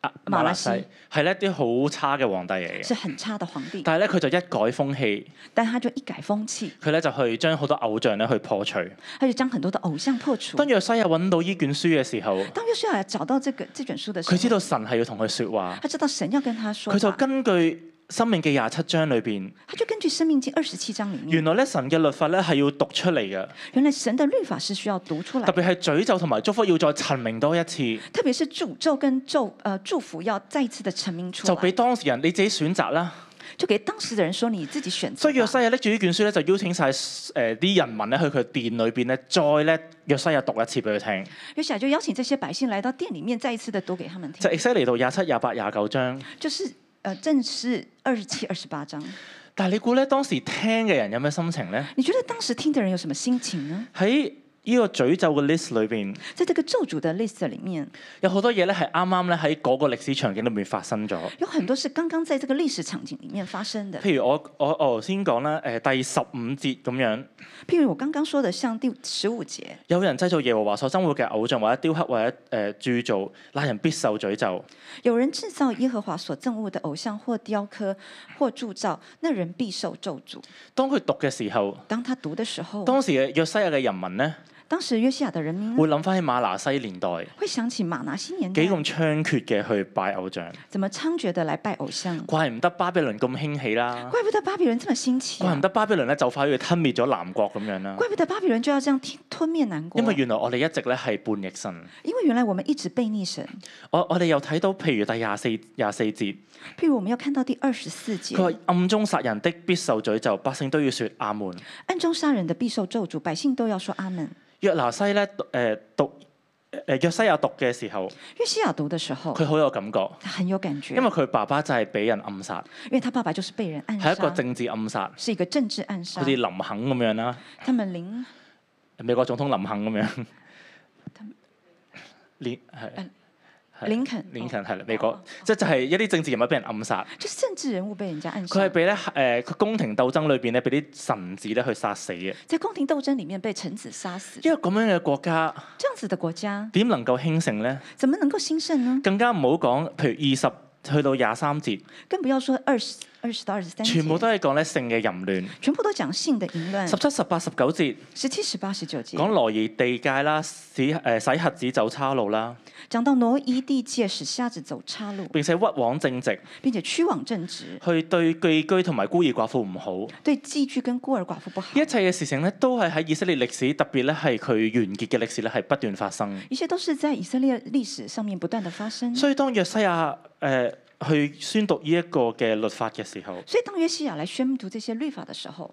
S2: 啊
S1: 馬
S2: 馬
S1: 拿
S2: 拿
S1: 西
S2: 西係咧啲好差嘅皇帝嚟嘅，
S1: 是很差的皇帝，
S2: 但係咧佢就一改風氣，
S1: 但他就一改風氣，
S2: 佢咧就去將好多偶像咧去破除。
S1: 他就將很多的偶像破除
S2: 當。約西亞揾到呢卷書嘅時候，
S1: 當約西亞找到這個這卷書的時候，
S2: 佢知道神係要同佢説話，
S1: 他知道神要跟他說
S2: 佢就
S1: 話，
S2: 根據《生命記》廿七章裏邊，
S1: 他就根據《生命記》二十七章裡面，
S2: 原來咧神嘅律法咧係要讀出嚟嘅。
S1: 原來神的律法是需要讀出來
S2: 特
S1: 的，
S2: 別係詛咒同埋祝福要再陳明多一次，
S1: 特別是诅咒跟咒呃祝福要再一次的陳明出
S2: 就
S1: 來，
S2: 俾當事人你自己選擇啦。啊
S1: 就給當時的人說你自己選
S2: 所以
S1: 擇
S2: 約
S1: 吧。
S2: 西亞拎住呢卷書咧，就邀請晒誒啲人民咧去佢殿裏邊咧，再咧約西亞讀一次俾佢聽。
S1: 约西亞就邀请这些百姓来到店里面，再一次的读给他们
S2: 就
S1: 听，
S2: e x a 嚟到廿七、廿八、廿九章。
S1: 就是呃，正是二十七、二十八章。
S2: 但係你估咧當時聽嘅人有咩心情咧？
S1: 你觉得当时听的人有什么心情呢？
S2: 喺呢個詛咒嘅 list 裏邊，
S1: 在这个咒诅的 list 里面，
S2: 有好多嘢咧係啱啱咧喺嗰個歷史場景裏面發生咗。
S1: 有很多是剛剛在这个历史場景里面發生的。
S2: 譬如我我我頭先講啦，誒、第十五節咁樣，
S1: 譬如我剛剛說的，像第十五節，
S2: 有人製造耶和華所憎惡嘅偶像或者雕刻或者誒、鑄造，那人必受詛咒。
S1: 有人制造耶和華所憎惡的偶像或雕刻或铸造，那人必受咒诅。
S2: 當佢讀嘅時候，
S1: 當他讀的時候，
S2: 當時嘅約西亞嘅人民咧，
S1: 當時約西亞的人民呢
S2: 會諗翻起馬拿西年代
S1: 會想起馬拿西年代
S2: 幾咁猖獗嘅去拜偶像，
S1: 怎麼猖獗的來拜偶像，
S2: 怪唔得巴比倫咁興起啦，
S1: 怪不得巴比倫這麼新奇啊、
S2: 怪唔得巴比倫咧就快要吞滅咗南國咁樣啦。
S1: 怪不得巴比倫就要這樣吞吞滅南國，
S2: 因為原來我哋一直咧係叛逆神，
S1: 因為原來我們一直背逆神。
S2: 我我哋又睇到譬如第廿四廿四節，
S1: 譬如我們要看到第二十四節，
S2: 佢話暗中殺人的必受詛咒，百姓都要說阿門。
S1: 暗中殺人的必受咒詛，百姓都要說阿門。
S2: 約拿西呃咧誒讀誒呃約西亞讀嘅時候，
S1: 約西亞讀的時候，
S2: 佢好有感覺，
S1: 他很有感覺，
S2: 因為佢爸爸就係俾人暗殺，
S1: 因為他爸爸就是被人暗
S2: 係一個
S1: 殺，
S2: 政治暗殺，
S1: 是一個政治暗殺
S2: 好似。林肯咁樣啦，
S1: 他們林
S2: 美國總統林肯 咁樣。連
S1: 嗯
S2: 係
S1: 林肯
S2: 林肯係啦
S1: 哦
S2: 美
S1: 哦
S2: 國，即就係一啲政治人物俾人暗殺，
S1: 就是政治人物被人家暗
S2: 佢係
S1: 殺，
S2: 俾咧誒佢宮廷鬥爭裏邊咧俾啲臣子咧去殺死嘅。
S1: 在宮廷鬥爭裡面被臣子殺死，
S2: 一個咁樣嘅國家
S1: 這樣子的國家
S2: 點能夠興盛呢？
S1: 怎麼能夠興盛呢？
S2: 更加唔好講，譬如二十去到廿三節，
S1: 更不要說二十二十到二十三節，
S2: 全部都係講咧性嘅淫亂。
S1: 全部都講性的淫亂，
S2: 十七、十八、十九節
S1: 十七、十八、十九節
S2: 講羅兒地界啦，使誒使核子走岔路啦，
S1: 講到挪移地界，使瞎子走岔路，
S2: 並且屈枉正直，
S1: 並且屈枉正直，
S2: 去對寄居同埋孤兒寡婦唔好。呢
S1: 對寄居跟孤兒寡婦不好。
S2: 一切嘅事情咧，都係喺以色列歷史，特別咧係佢完結嘅歷史咧，係不斷發生。
S1: 一切都是在以色列歷史上面不斷的發生。
S2: 所以當約西亞誒、呃去宣讀呢一個嘅律法嘅時候，
S1: 所以當約西亞來宣讀這些律法的時候，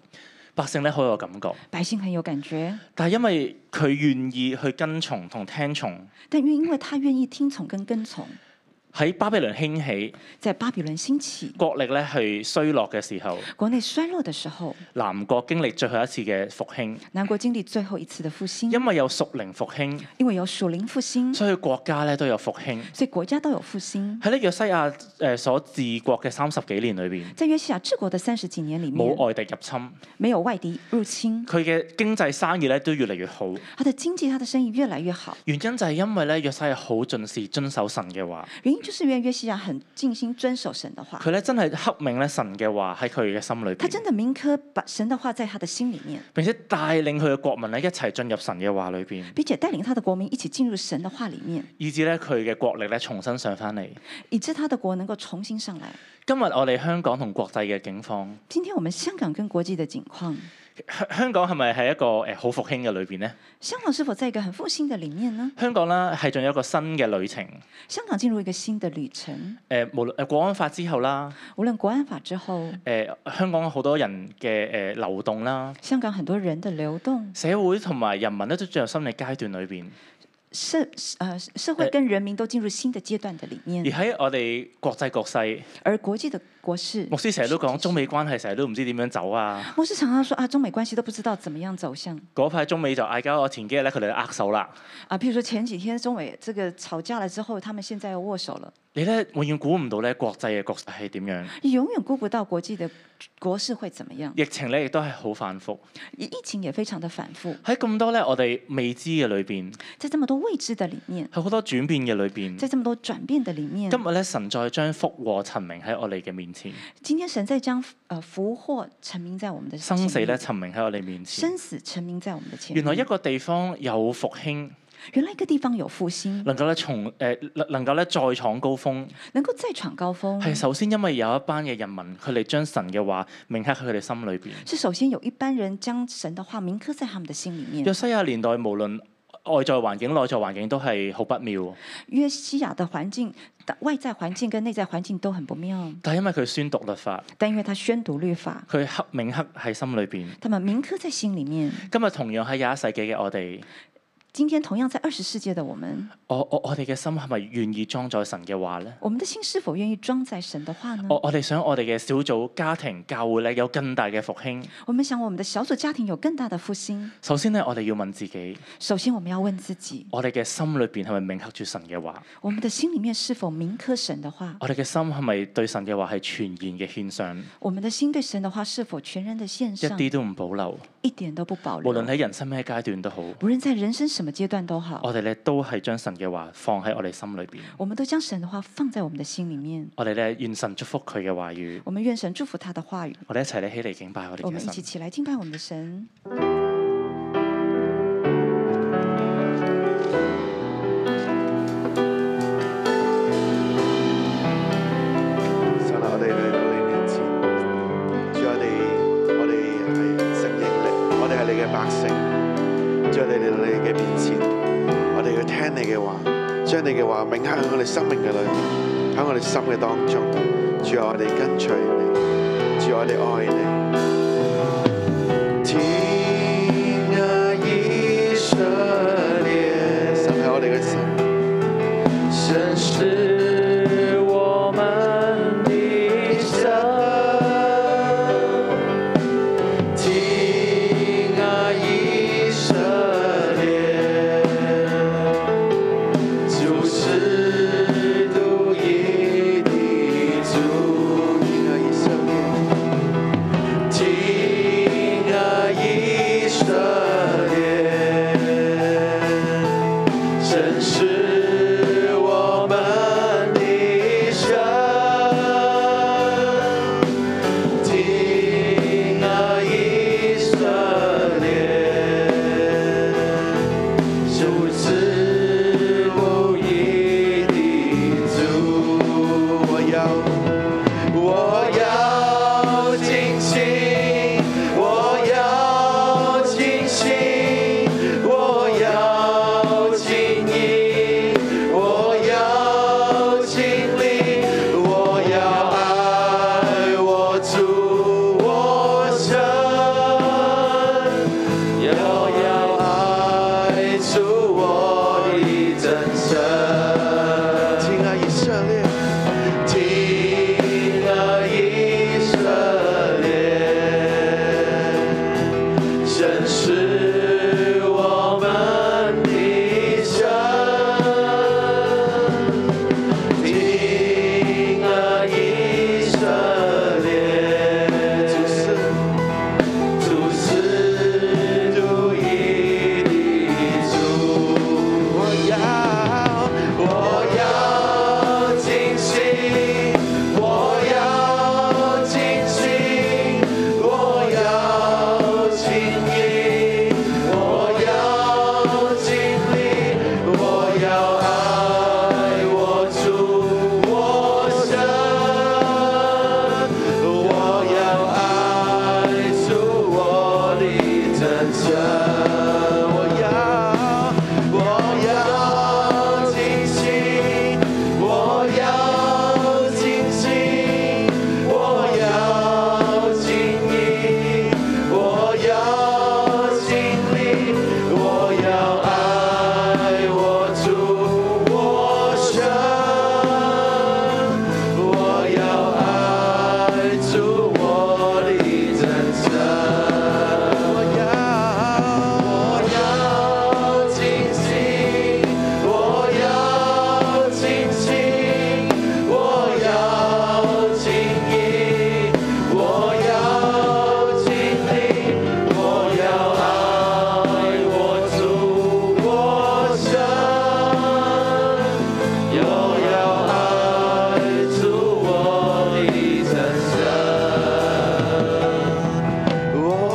S2: 百姓咧好有感覺。
S1: 百姓很有感覺，
S2: 但係因為佢願意去跟從同聽從，
S1: 但因因為他願意聽從跟跟從，
S2: 喺巴比倫興起、
S1: 在巴比倫興起、
S2: 國力咧去衰落嘅時候，
S1: 國內衰落的時候，
S2: 南國經歷最後一次嘅復興，
S1: 南國經歷最後一次的復興，
S2: 因為有屬靈復興，
S1: 因為有屬靈復興，
S2: 所以國家咧都有復興。
S1: 所以國家都有復興。
S2: 喺呢約西亞誒所治國嘅三十幾年裏邊，
S1: 在約西亞治國的三十幾年裡面，
S2: 冇外敵入侵，
S1: 沒有外敵入侵，
S2: 佢嘅經濟生意咧都越嚟越好。
S1: 他的經濟、他的生意越來越好。
S2: 原因就係因為咧約西亞好盡事遵守神嘅話，
S1: 原因就是因為約西亞很盡心遵守神的話，
S2: 佢咧真係刻銘咧神嘅話喺佢嘅心裏
S1: 他
S2: 邊，
S1: 真的銘刻把神的話在他的心裡面。
S2: 並且帶領佢嘅國民咧一齊進入神嘅話裏邊。
S1: 并且带领他的国民一起进入神的话里面，
S2: 以至咧佢嘅國力咧重新上翻嚟。
S1: 以致他的国能够重新上来。
S2: 今日我哋香港同國際嘅境況，
S1: 今天我们香港跟国际的境况，
S2: 香香港係咪喺一個誒好復興嘅裏邊呢？
S1: 香港是否在一个很复兴的里面呢？
S2: 香港啦係仲有一個新嘅旅程，誒、
S1: 香港進入一个新的旅程，
S2: 呃、無論誒國安法之後啦，
S1: 无论国安法之後，
S2: 誒、香港好多人嘅誒、呃流動啦，
S1: 香港很多人的流動，
S2: 社會同埋人民咧都進入新嘅階段裏邊。
S1: 社呃社会跟人民都进入新的阶段的里
S2: 而
S1: 面，
S2: 喺我哋國際局勢，
S1: 而国际的国事
S2: 牧，師成日都講中美關係，成日都唔知點樣走啊。
S1: 牧师常常说啊，中美關係都不知道怎麼樣走向
S2: 嗰排中美就嗌交，我前幾日咧佢哋就握手啦。
S1: 啊。譬如說前幾天中美这個吵架了之後，他們現在要握手了，
S2: 你咧永遠估唔到咧國際嘅局勢係點樣，
S1: 你永遠估不到國際的國事會怎麼樣。
S2: 疫情咧亦都係好反覆。
S1: 疫疫情也非常的反复，
S2: 喺咁多咧，我哋未知嘅裏邊，
S1: 在這麼多未知的里面，
S2: 喺好多轉變嘅裏邊，
S1: 在這麼多轉變的里面，
S2: 今日咧神再將福禍陳明喺我哋嘅面前，
S1: 今天神在將呃福禍沉明在我們的前
S2: 生
S1: 面
S2: 死咧，陳明喺我哋面前。
S1: 生死沉明在我們的前面。
S2: 原來一個地方有復興，
S1: 原來一個地方有復興，
S2: 能夠咧從誒能能夠咧再闖高峰，
S1: 能夠再闖高峰，
S2: 係首先因為有一班嘅人民，佢哋將神嘅話銘刻喺佢哋心裏邊。
S1: 是首先有一般人將神的話銘刻在他們的心裡面
S2: 約。西亞年代無論外在環境、內在環境都係好不妙，
S1: 約西亞的環境、外在環境跟內在環境都很不妙，
S2: 但係因為佢宣讀律法，
S1: 但因為他宣讀律法，
S2: 佢刻銘刻喺心裏邊。
S1: 他們銘刻在心裡面。
S2: 今日同樣喺廿一世紀嘅我哋，
S1: 今天同样在二十世界的我们，
S2: 我我我哋嘅心係咪願意裝載神嘅話咧？
S1: 我们的心是否愿意装载神的话呢？
S2: 我我哋想我哋嘅小組、家庭、教會咧有更大嘅復興。
S1: 我们想我们的小组家庭有更大的复兴。
S2: 首先咧，我哋要問自己，
S1: 首先，我们要问自己，
S2: 我哋嘅心裏邊係咪銘刻住神嘅話？
S1: 我们的心里面是否铭刻神的话？
S2: 我哋嘅心係咪對神嘅話係全然嘅獻上，
S1: 我们的心对神的话是否全然的献
S2: 一
S1: 上，
S2: 啲都唔保留？
S1: 一点都不保
S2: 無論
S1: 留？
S2: 喺人生咩階段都好，
S1: 无论在人生什么阶段都好，
S2: 我哋咧都係將神嘅話放喺我哋心裏邊。
S1: 我们都将神的话放在我们的心里面。
S2: 我哋咧願神祝福佢嘅話語。
S1: 我们愿神祝福他的话语。
S2: 我哋一齊咧起嚟敬拜我哋
S1: 我
S2: 嘅
S1: 们一起
S2: 神。
S1: 起来敬拜我们的神。
S3: 神啊，我哋嚟到你面前，主我哋，我哋係承認你，我哋係你嘅百姓，主我哋嚟到你嘅面前，我哋要聽你嘅話，將你嘅話銘刻喺我哋生命嘅裏面，喺我哋心嘅當中，主啊，我哋跟隨你，主我哋愛你。天啊，以色列，神係我哋嘅神。神是我们的神，听啊，以色列，就是独一的主，听啊，以色列，听啊，以色列。神是我们的神，听啊，以色列，主是无一的主，我要。我要尽心，我要尽心，我要尽意，我要尽力，我要爱我主我神，要要爱主我的真神。亲爱以色列。听啊，以色列，神是我们的神。听啊，以色列，主是独一的主，我要，我要尽心，我要尽心，我要尽意，我要尽力，我要爱我主我神，我要爱主我的真神，我要。我要尽心，我要尽心，我要尽意，我要尽力，我要爱我主我神，我要爱主我的真神，我要我要尽心，我要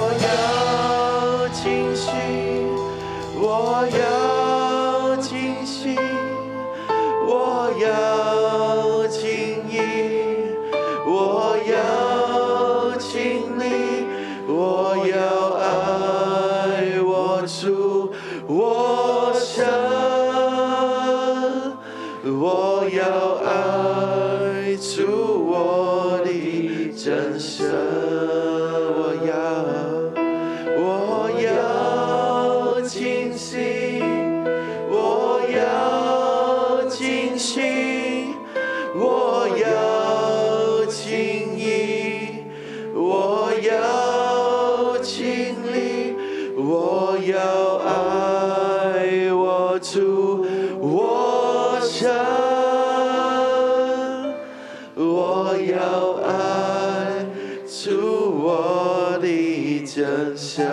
S3: 尽心，我要尽意，我要尽力，我要爱我主我神，又要爱主我的真神。我要清醒，我要清醒，我要清意，我要清理，我要爱我主，我神，我要爱主我的真神，我要。我要清醒，
S4: 我要爱出我的真相。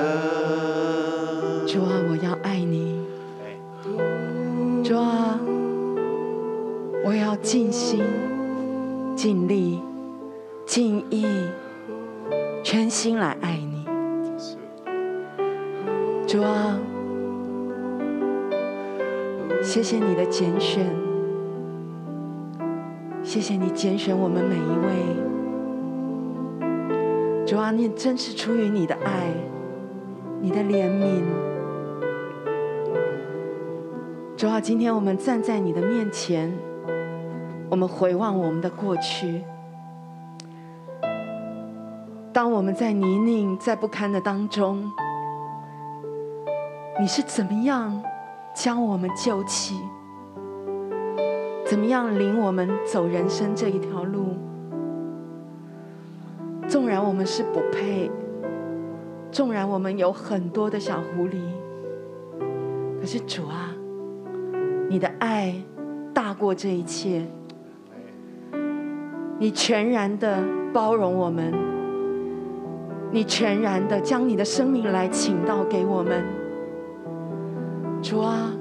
S5: 主啊，我要爱你。主啊，我要尽心、尽力、尽意、全心来爱你。主啊，谢谢你的拣选，谢谢你拣选我们每一位。主啊，你真是出于你的爱，你的怜悯。主啊，今天我们站在你的面前，我们回望我们的过去。当我们在泥泞、在不堪的当中，你是怎么样将我们救起？怎么样领我们走人生这一条路？纵然我们是不配，纵然我们有很多的小狐狸，可是主啊，你的爱大过这一切，你全然的包容我们，你全然的将你的生命来请到给我们。主啊，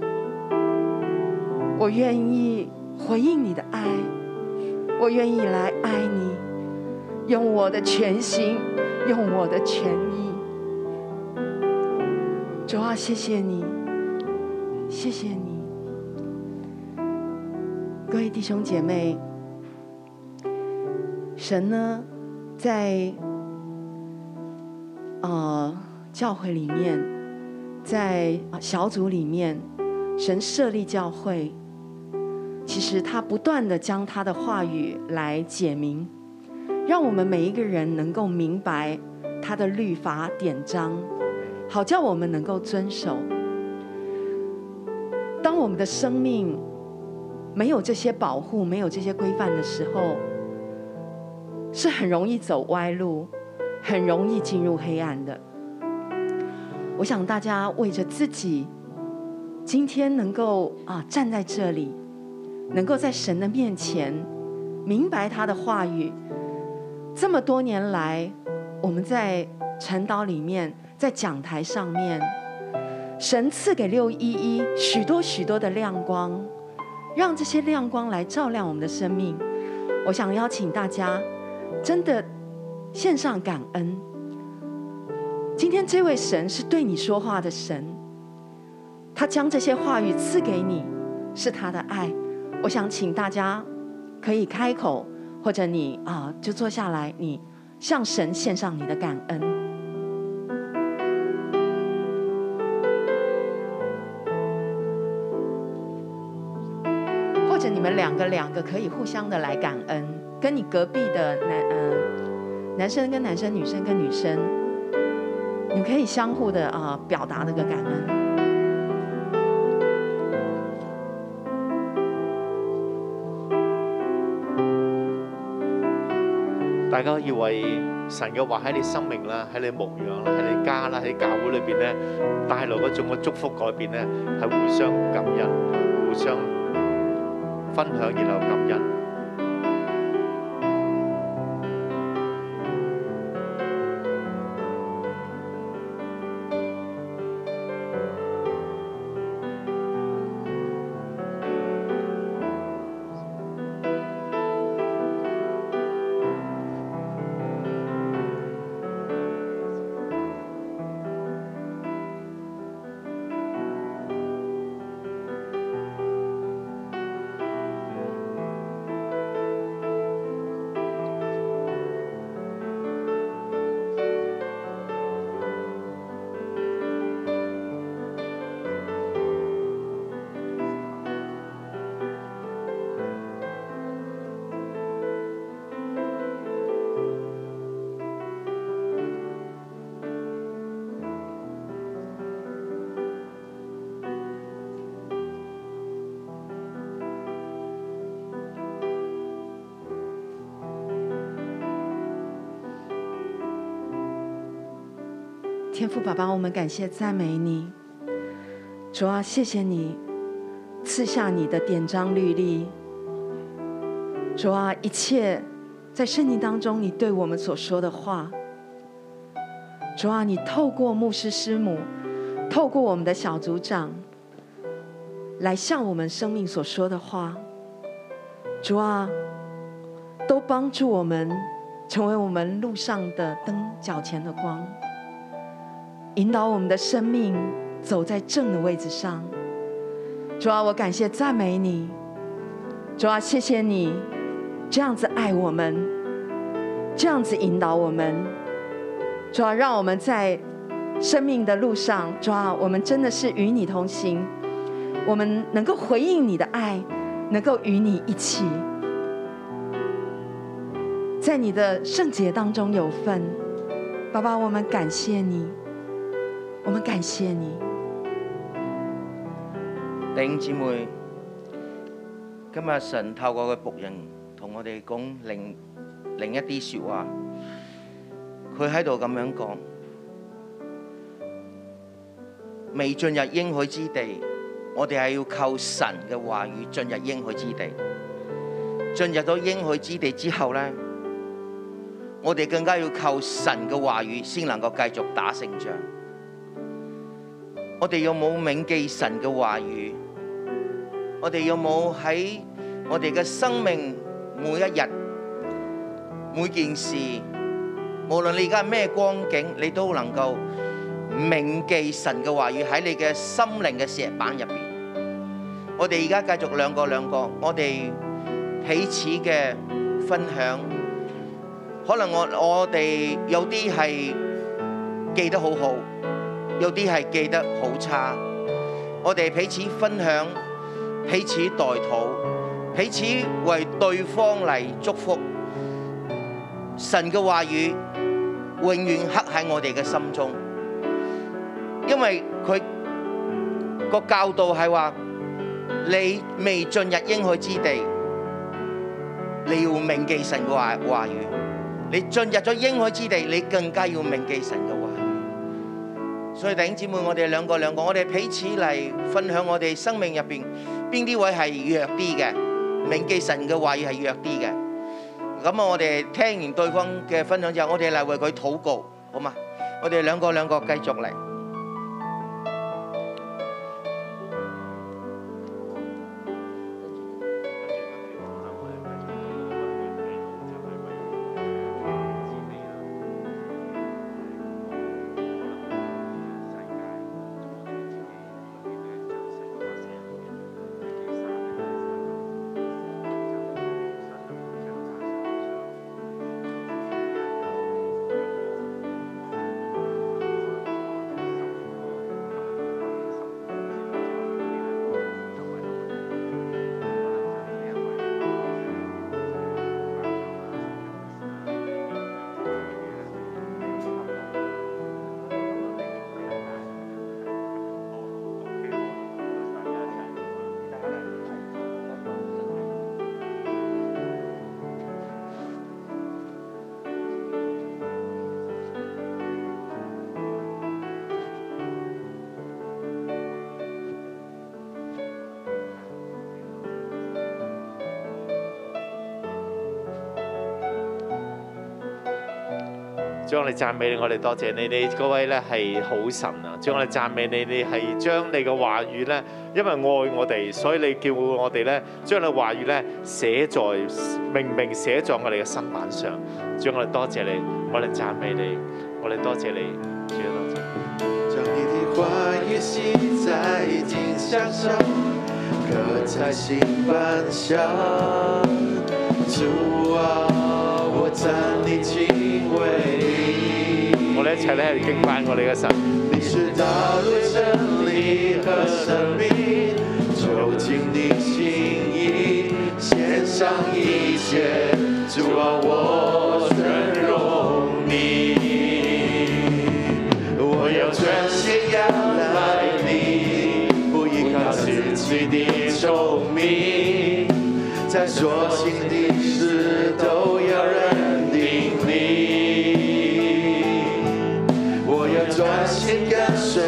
S5: 我愿意回应你的爱，我愿意来爱你，用我的全心，用我的全意。主啊，谢谢你，谢谢你。各位弟兄姐妹，神呢，在呃教会里面，在呃小组里面，神设立教会，其实他不断的将他的话语来解明，让我们每一个人能够明白他的律法典章，好叫我们能够遵守。当我们的生命没有这些保护、没有这些规范的时候，是很容易走歪路，很容易进入黑暗的。我想大家为着自己今天能够啊站在这里，能够在神的面前明白他的话语，这么多年来，我们在晨祷里面，在讲台上面，神赐给六一一许多许多的亮光。让这些亮光来照亮我们的生命。我想邀请大家，真的献上感恩。今天这位神是对你说话的神，他将这些话语赐给你，是他的爱。我想请大家可以开口，或者你啊、就坐下来，你向神献上你的感恩。或者你们两个两个可以互相的来感恩，跟你隔壁的男嗯、男生跟男生，女生跟女生，你们可以相互的啊、呃表达那个感恩。
S6: 大家要為神嘅話喺你生命啦，喺你牧養啦，喺你家啦，喺教會裏邊咧，帶來嗰種嘅祝福改變咧，係互相感恩，互相分享，然後感恩。
S5: 天父爸爸，我们感谢赞美你，主啊，谢谢你赐下你的典章律例，主啊，一切在圣经当中，你对我们所说的话，主啊，你透过牧师师母，透过我们的小组长，来向我们生命所说的话，主啊，都帮助我们成为我们路上的灯，脚前的光，引导我们的生命走在正的位置上。主啊，我感谢赞美你，主啊，谢谢你这样子爱我们，这样子引导我们，主啊，让我们在生命的路上，主啊，我们真的是与你同行，我们能够回应你的爱，能够与你一起，在你的圣洁当中有份。爸爸，我们感谢你，我们感谢你。
S7: 弟兄姊妹，今日神透過佢仆人同我哋講另另一啲説話，佢喺度咁樣講：未進入應許之地，我哋係要靠神嘅話語進入應許之地。進入咗應許之地之後呢，我哋更加要靠神嘅話語先能夠繼續打勝仗。我哋有冇銘記神嘅話語？我哋有冇喺我哋嘅生命每一日每件事，無論你而家咩光景，你都能夠銘記神嘅話語喺你嘅心靈嘅石板入邊。我哋而家繼續兩個兩個，我哋彼此嘅分享，可能我我哋有啲係記得好好。有啲係記得好差。我哋彼此分享，彼此代禱，彼此為對方嚟祝福。神嘅話語永遠刻喺我哋嘅心中，因為佢個教導係話：你未進入應許之地，你要銘記神嘅話話語。你進入咗應許之地，你更加要銘記神嘅話語。所以弟兄姊妹，我哋兩個兩個，我哋彼此嚟分享我哋生命入邊邊啲位係弱啲嘅，銘記神嘅話語係弱啲嘅。咁啊，我哋聽完對方嘅分享之後，我哋嚟為佢禱告，好嘛？我哋兩個兩個繼續嚟。
S6: 將我哋讚美你，我哋多謝你，你嗰位咧係好神啊！將我哋讚美你，你係將你嘅話語咧，因為愛我哋，所以你叫我哋咧將你嘅話語咧寫在明明寫在我哋嘅心板上。將我哋多謝你，我哋讚美你，我哋多謝你，主啊多謝你。
S4: 将你的话语系在金项上，刻在心板上。主啊，我赞你敬畏你。
S6: 我哋一齊咧係敬拜我哋嘅神，
S4: 你是道路、真理和生命，走进你心意，献上一切，主啊，我尊荣你，我要全心仰赖你，不依靠自己的聪明，在所行的事都要认定你。我要专心跟随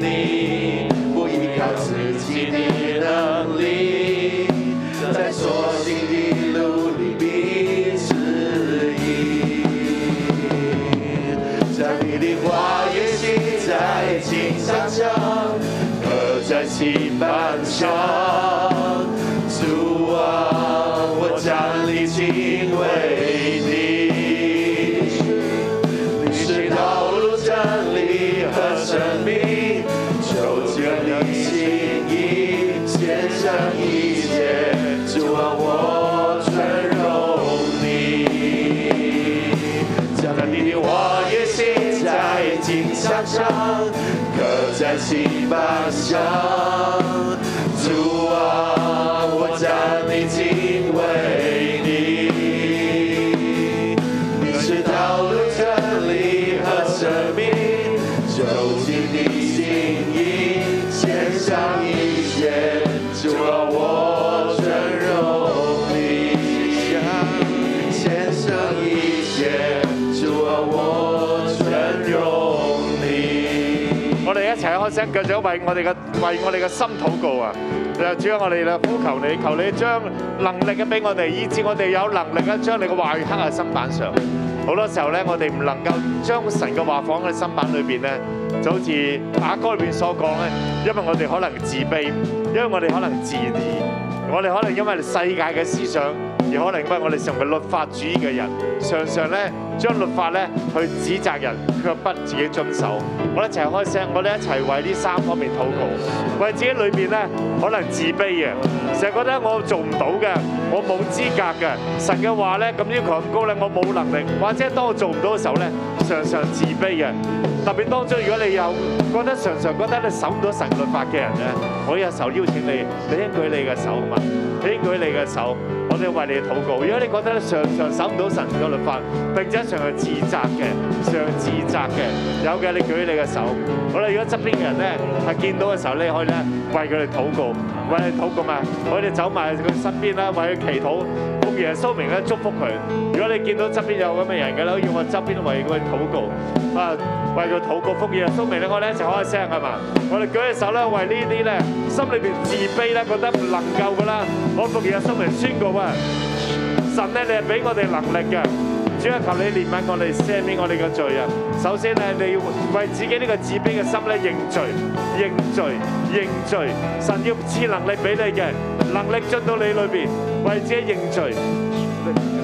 S4: 你，不依靠自己的能力，在所行的路里彼此心满腔。主啊，我站立敬畏你，你是道路、真理和生命，求求你心意，献上一切，主啊，我尊荣你。将那你的我也写在金墙上，刻在心板上。主啊，我站立敬畏你，你是道路、真理和生命，走进你心意，献上一切。主啊，我尊荣你，献上一切。主啊，我尊荣你。
S6: 我哋一齊開聲腳掌為我哋嘅為我哋嘅心禱告啊！主啊，我哋咧呼求你，求你將能力嘅俾我哋，以致我哋有能力咧將你嘅話語刻喺心板上。好多時候咧，我哋唔能夠將神嘅話放喺心板裏邊咧，就好似雅歌裏邊所講咧，因為我哋可能自卑，因為我哋可能自義，我哋可能因為世界嘅思想，而可能因為我哋成為律法主義嘅人，常常咧將律法咧去指責人，卻不自己遵守。我哋一齊開聲，我哋一齊為呢三方面禱告，為自己裏邊咧可能自卑嘅，成日覺得我做唔到嘅，我冇資格嘅，神嘅話咧咁要求咁高咧，我冇能力，或者當我做唔到嘅時候咧，常常自卑嘅。特別當中，如果你有覺得常常覺得你守唔到神律法嘅人咧，我有時候邀請你，你應舉你嘅手啊嘛，你應舉你嘅手，我哋為你禱告。如果你覺得你常常守唔到神嘅律法，並且常常自責嘅，常常自責嘅，有嘅你舉你嘅手。好啦，如果側邊嘅人咧係見到嘅時候，你可以咧為佢哋禱告，為佢哋禱告嘛，我哋走埋佢身邊啦，為佢祈禱。奉耶穌名咧祝福佢。如果你見到側邊有咁嘅人嘅咧，要我側邊為佢禱告，啊，為佢禱告。奉耶穌名咧，我哋一齊開聲係嘛？我哋舉起手咧，為呢啲咧心裏邊自卑咧，覺得唔能夠噶啦，我奉耶穌名宣告啊！神咧，你係俾我哋能力嘅。主啊，求你憐憫我哋，赦免我哋嘅罪啊！首先咧，你要為自己呢個自卑嘅心咧認罪、認罪、認罪。神要賜能力俾你嘅，能力進到你裏邊，為自己認罪。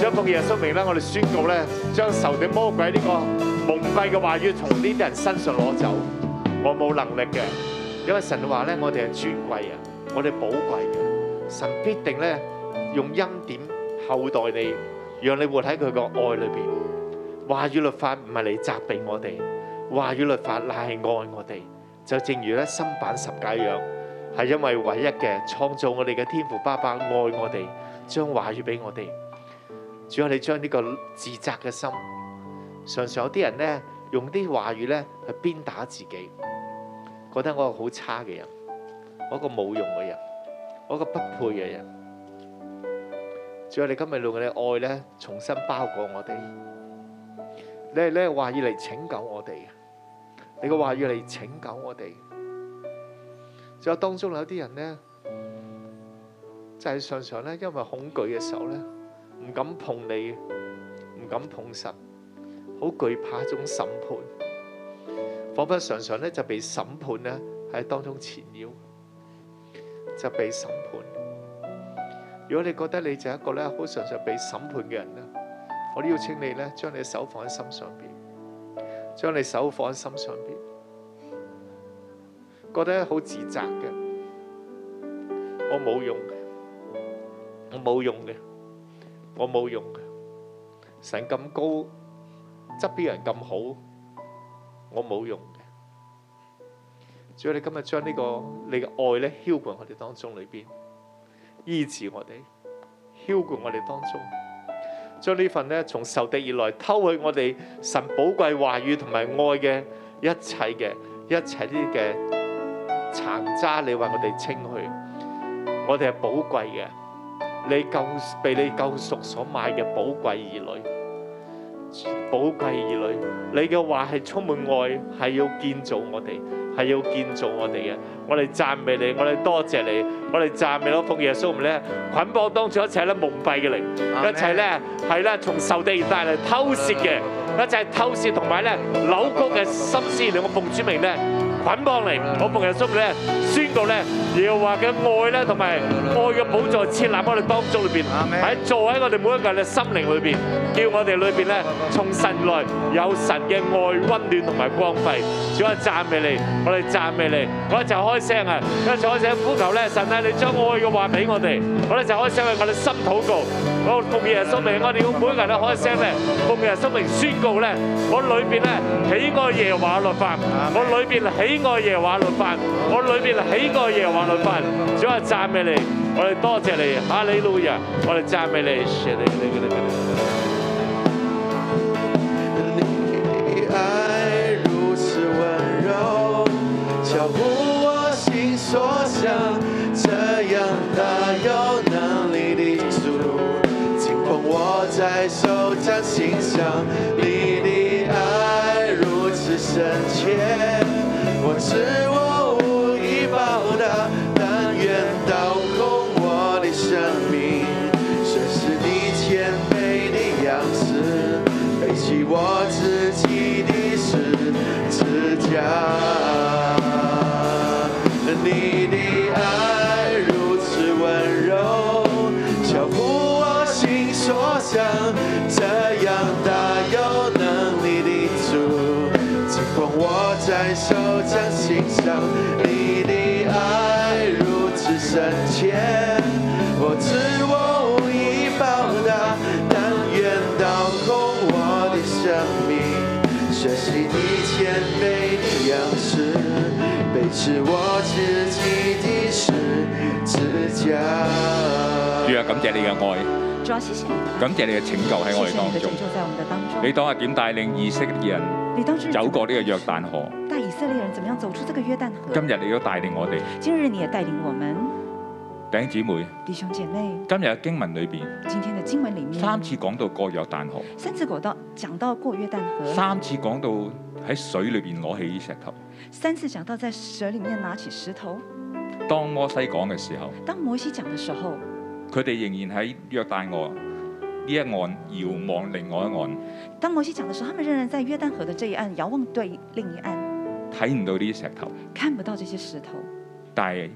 S6: 將奉耶穌名咧，我哋宣告咧，將仇敵魔鬼呢個蒙蔽嘅話語從呢啲人身上攞走。我冇能力嘅，因為神話咧，我哋係尊貴啊，我哋寶貴嘅，神必定咧用恩典厚待你，讓你活喺佢個愛裏邊。話語律法唔係嚟責備我哋，話語律法乃係愛我哋。就正如咧新版十戒一樣，係因為唯一嘅創造我哋嘅天父爸爸愛我哋，將話語俾我哋。主啊要你將呢個自責嘅心，常常有啲人咧用啲話語咧去鞭打自己，覺得我係個好差嘅人，我一個冇用嘅人，我一個不配嘅人。主要你今日用你嘅愛咧，重新包裹我哋。你係咧話語嚟拯救我哋嘅，你嘅話語嚟拯救我哋。仲有當中有啲人咧，就係、常常咧，因為恐懼嘅時候咧，唔敢碰你，唔敢碰神，好懼怕一種審判，彷彿常常咧就被審判咧喺當中纏繞，就被審判。如果你覺得你就係一個咧好常常被審判嘅人咧，我都邀請你咧將你手放喺心上邊，將你手放喺心上邊，覺得好自責嘅，我冇用嘅，我冇用嘅，我冇用嘅，神咁高，側邊人咁好，我冇用嘅。主要你今日將呢個你嘅愛咧澆灌我哋當中裏邊，醫治我哋，澆灌我哋當中。將呢份咧從仇敵而來偷去我哋神寶貴話語同埋愛嘅一切嘅一切呢啲嘅殘渣，你為我哋清去。我哋係寶貴嘅，你救被你救贖所買嘅寶貴兒女。寶貴兒女，你嘅話係充滿愛，係要建造我哋，係要建造我哋嘅。我哋讚美你，我哋多謝你，我哋讚美咯，奉耶穌名咧，捆綁當中一切咧蒙蔽嘅靈，一切咧係咧從仇敵而帶嚟偷竊嘅，一切偷竊同埋咧扭曲嘅心思，令我奉主名咧。捆綁嚟，我奉耶穌名咧宣告咧，耶和華嘅愛咧同埋愛嘅寶座設立喺我哋當中裏邊，
S7: Amen
S6: 喺做喺我哋每一個人嘅心靈裏邊，叫我哋裏邊咧從神來有神嘅愛温暖同埋光輝。主啊，讚美你，我哋讚美你，我哋就開聲啊，一齊開聲呼求咧，神啊，你將愛嘅話俾我哋，我哋就開聲為我哋心禱告。我奉耶穌名，我哋要每個人都開聲咧，奉耶穌名宣告咧，我裏邊咧喜愛耶和華律法，我裏邊喜愛耶和華律法，我裏邊喜愛耶和華律法。主啊，讚美你，我哋多謝你，哈利路亞，我哋讚美你，謝你，你，你，你。
S4: 你爱如此温柔，敲入我心所想，这样大有能力的主，紧捧我在手掌心上。你的爱如此深切，我知我无以报答，但愿倒空我的生命，深是你谦卑的样式。背起我自己的十字架。你的爱如此温柔，敲入我心所想，这样大有能力的主，尽管我在手掌心上，你的爱如此深切，我知我无以报答，但愿倒空我的生命，学习你谦卑的样式，背持我自己的十字架。
S8: 主啊，感謝你嘅愛，
S1: 主啊要谢谢你的爱，
S8: 感謝你嘅拯救喺我
S1: 谢谢
S8: 哋
S1: 你的
S8: 當
S1: 拯
S8: 中。
S1: 救在我们的当中。
S8: 你當日點帶領以色列人
S1: 你当时
S8: 走過呢個約旦河，
S1: 带以色列人怎么样走出这个约旦河？
S8: 今日你都帶領我哋
S1: 今日你也带领我们
S8: 弟兄姊妹。
S1: 弟兄姐妹，
S8: 今日嘅經文裏邊
S1: 今天的经文里面，
S8: 三次講到過約旦河，
S1: 三次果到讲到过约旦河，
S8: 三次講到喺水裏邊攞起石頭。
S1: 三次讲到在蛇里面拿起石頭。
S8: 當摩西講嘅時候，
S1: 当摩西讲的时候，
S8: 佢哋仍然喺約旦岸呢一岸遙望另外一岸，
S1: 当摩西讲的时候，他们仍然在约旦河的这一岸遥望对另一岸，
S8: 睇唔到呢啲石頭，
S1: 看不到这些石头，
S8: 但係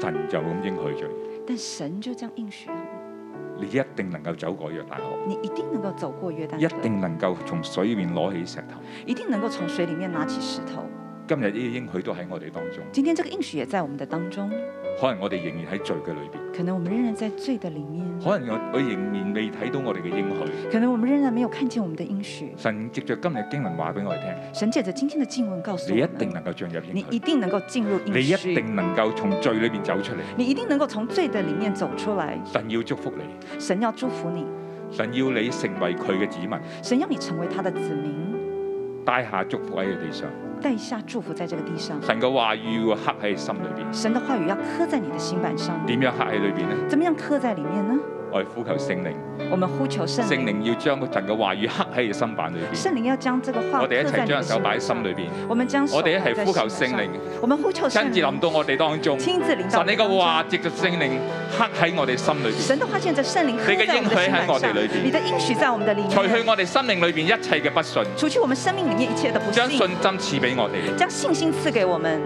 S8: 神就咁應許咗
S1: 但神就这样应许了
S8: 你，你一定能夠走過約旦河，
S1: 你，你一定能够走过约旦河，
S8: 一定能夠從水裏面攞起石頭。
S1: 一定能够从水里面拿起石頭。
S8: 今日呢啲應許都喺我哋當中，
S1: 今天这个应许也在我们的当中，
S8: 可能我哋仍然喺罪嘅裏邊，
S1: 可能我们仍然在罪的里面，
S8: 可能我我仍然未睇到我哋嘅應許。
S1: 可能我们仍然没有看见我们的应许。
S8: 神藉着今日經文話俾我哋聽，
S1: 神借着今天的经文告诉我
S8: 你一
S1: 们，
S8: 定能夠進入
S1: 你
S8: 應
S1: 一
S8: 許，
S1: 定能够进入应
S8: 你一
S1: 许，
S8: 定能夠從罪裏邊走出嚟。
S1: 你一定能够从罪的里面走出来。
S8: 神要祝福你，
S1: 神要祝福你，
S8: 神要你成為佢嘅子民，
S1: 神要你成为他的子民，
S8: 帶下祝福喺佢地上。
S1: 带下祝福在这个地上。
S8: 神嘅話語要刻喺心裏邊，
S1: 神的话語要刻在你的心板上，
S8: 點樣刻喺裏邊呢？
S1: 怎么样刻在里面呢？
S8: 我哋呼求聖靈，
S1: 我们呼求圣
S8: 聖
S1: 灵，
S8: 靈要將神嘅話語刻喺你心版裏邊。
S1: 圣灵要将这个话
S8: 我哋一
S1: 刻在你
S8: 齊
S1: 的
S8: 將手
S1: 心
S8: 擺
S1: 板
S8: 喺心
S1: 上
S8: 裏。邊，
S1: 我们将手
S8: 我哋一
S1: 放在
S8: 齊呼求
S1: 心
S8: 聖
S1: 板
S8: 靈
S1: 上，。我们呼求
S8: 親
S1: 圣
S8: 自
S1: 灵，
S8: 臨到我哋當中。
S1: 亲自领导
S8: 神
S1: 我们
S8: 你嘅
S1: 当中
S8: 話藉着聖靈刻喺我哋心裏邊，
S1: 神的话現在圣灵刻
S8: 你嘅
S1: 在我
S8: 應
S1: 们
S8: 許
S1: 的心
S8: 喺
S1: 板
S8: 我哋
S1: 上
S8: 裏邊，
S1: 你的应许在我们的里
S8: 除去
S1: 面，
S8: 我哋生命裏邊一切嘅不信，
S1: 除去我们生命里面一切的不
S8: 將信
S1: 信，
S8: 心賜俾我哋，
S1: 将信心赐给我们，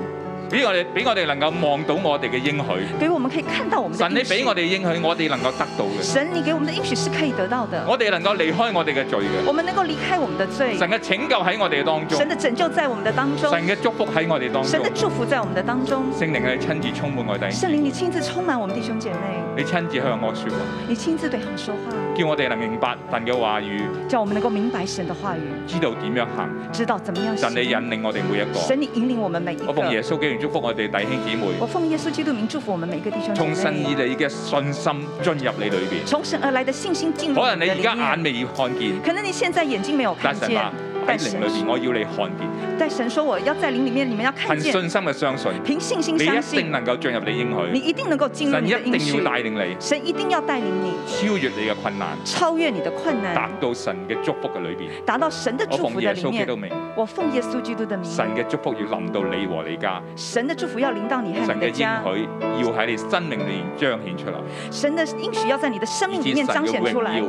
S8: 俾我哋俾我哋能夠望到我哋嘅應許。
S1: 给我们可以看到我们的
S8: 神你
S1: 应许
S8: 俾。我哋應許，我哋能夠得到嘅，
S1: 神，你给我们的应许是可以得到的，
S8: 我哋能夠離開我哋嘅罪嘅。
S1: 我们能够离开我们的罪，
S8: 神嘅拯救喺我哋嘅當中
S1: 神，的拯救在我们的当中
S8: 神，嘅祝福喺我哋當
S1: 神
S8: 中
S1: 的。祝福在我们的当中。
S8: 聖靈係親自充滿我哋，
S1: 圣灵，你親自充滿我們弟兄姐妹，
S8: 你親自向我説話，
S1: 你親自對他們說話，
S8: 叫我哋能明白神嘅話語，
S1: 叫我們能夠明白神的話語，
S8: 知道點樣行。
S1: 知道怎麼樣
S8: 神你引
S1: 行。
S8: 領我哋每一個。
S1: 神，你引領我們每一
S8: 我奉耶
S1: 個。
S8: 穌基督祝福我哋弟兄姊妹。
S1: 我奉耶穌基督名祝福我們每一個弟兄
S8: 從
S1: 姐
S8: 神以
S1: 妹。
S8: 你嘅信心進入你裏邊。
S1: 從神而來的信心進入
S8: 可
S1: 我
S8: 能
S1: 們
S8: 你
S1: 的
S8: 而
S1: 裡
S8: 家眼
S1: 面。
S8: 未看見，
S1: 可能你現在眼睛沒有
S8: 但
S1: 看
S8: 神話啊
S1: 見，
S8: 喺靈裏邊，我要你看見，
S1: 在神说我要在灵里面，你们要看
S8: 憑
S1: 见，
S8: 信心嘅相信，
S1: 凭信心
S8: 你
S1: 相
S8: 一
S1: 信
S8: 定，能夠進入你應
S1: 你
S8: 許，
S1: 一定能够进入
S8: 神
S1: 你
S8: 一
S1: 的应
S8: 定
S1: 许
S8: 要。帶領你
S1: 神一定要带领你
S8: 超越你嘅困難，
S1: 超越你的困难，
S8: 達到神嘅祝福嘅裏邊。
S1: 达到神的
S8: 我
S1: 祝
S8: 奉
S1: 福的
S8: 耶
S1: 里
S8: 穌基督
S1: 面。
S8: 名，
S1: 我奉耶稣基督的名，
S8: 神嘅祝福要臨到你和你家，
S1: 神的祝福要临到你和
S8: 神
S1: 你
S8: 嘅
S1: 的
S8: 應
S1: 家，
S8: 許要喺你生命裏面彰顯出嚟，
S1: 神的应许要在你的生
S8: 以
S1: 命里
S8: 致
S1: 面
S8: 神
S1: 彰
S8: 嘅
S1: 显出
S8: 榮
S1: 来，
S8: 耀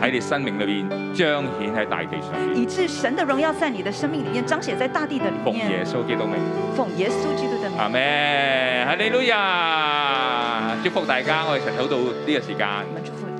S8: 喺你生命裏面彰顯喺大地上面
S1: 以。致神的荣耀在你的生命里面彰显在大地的里
S8: 奉耶
S1: 面。
S8: 穌基督名。
S1: 奉耶稣基督的名，
S8: 阿咩？哈利路亞！祝福大家，我哋神禱到呢個時間
S1: 我。们祝福你。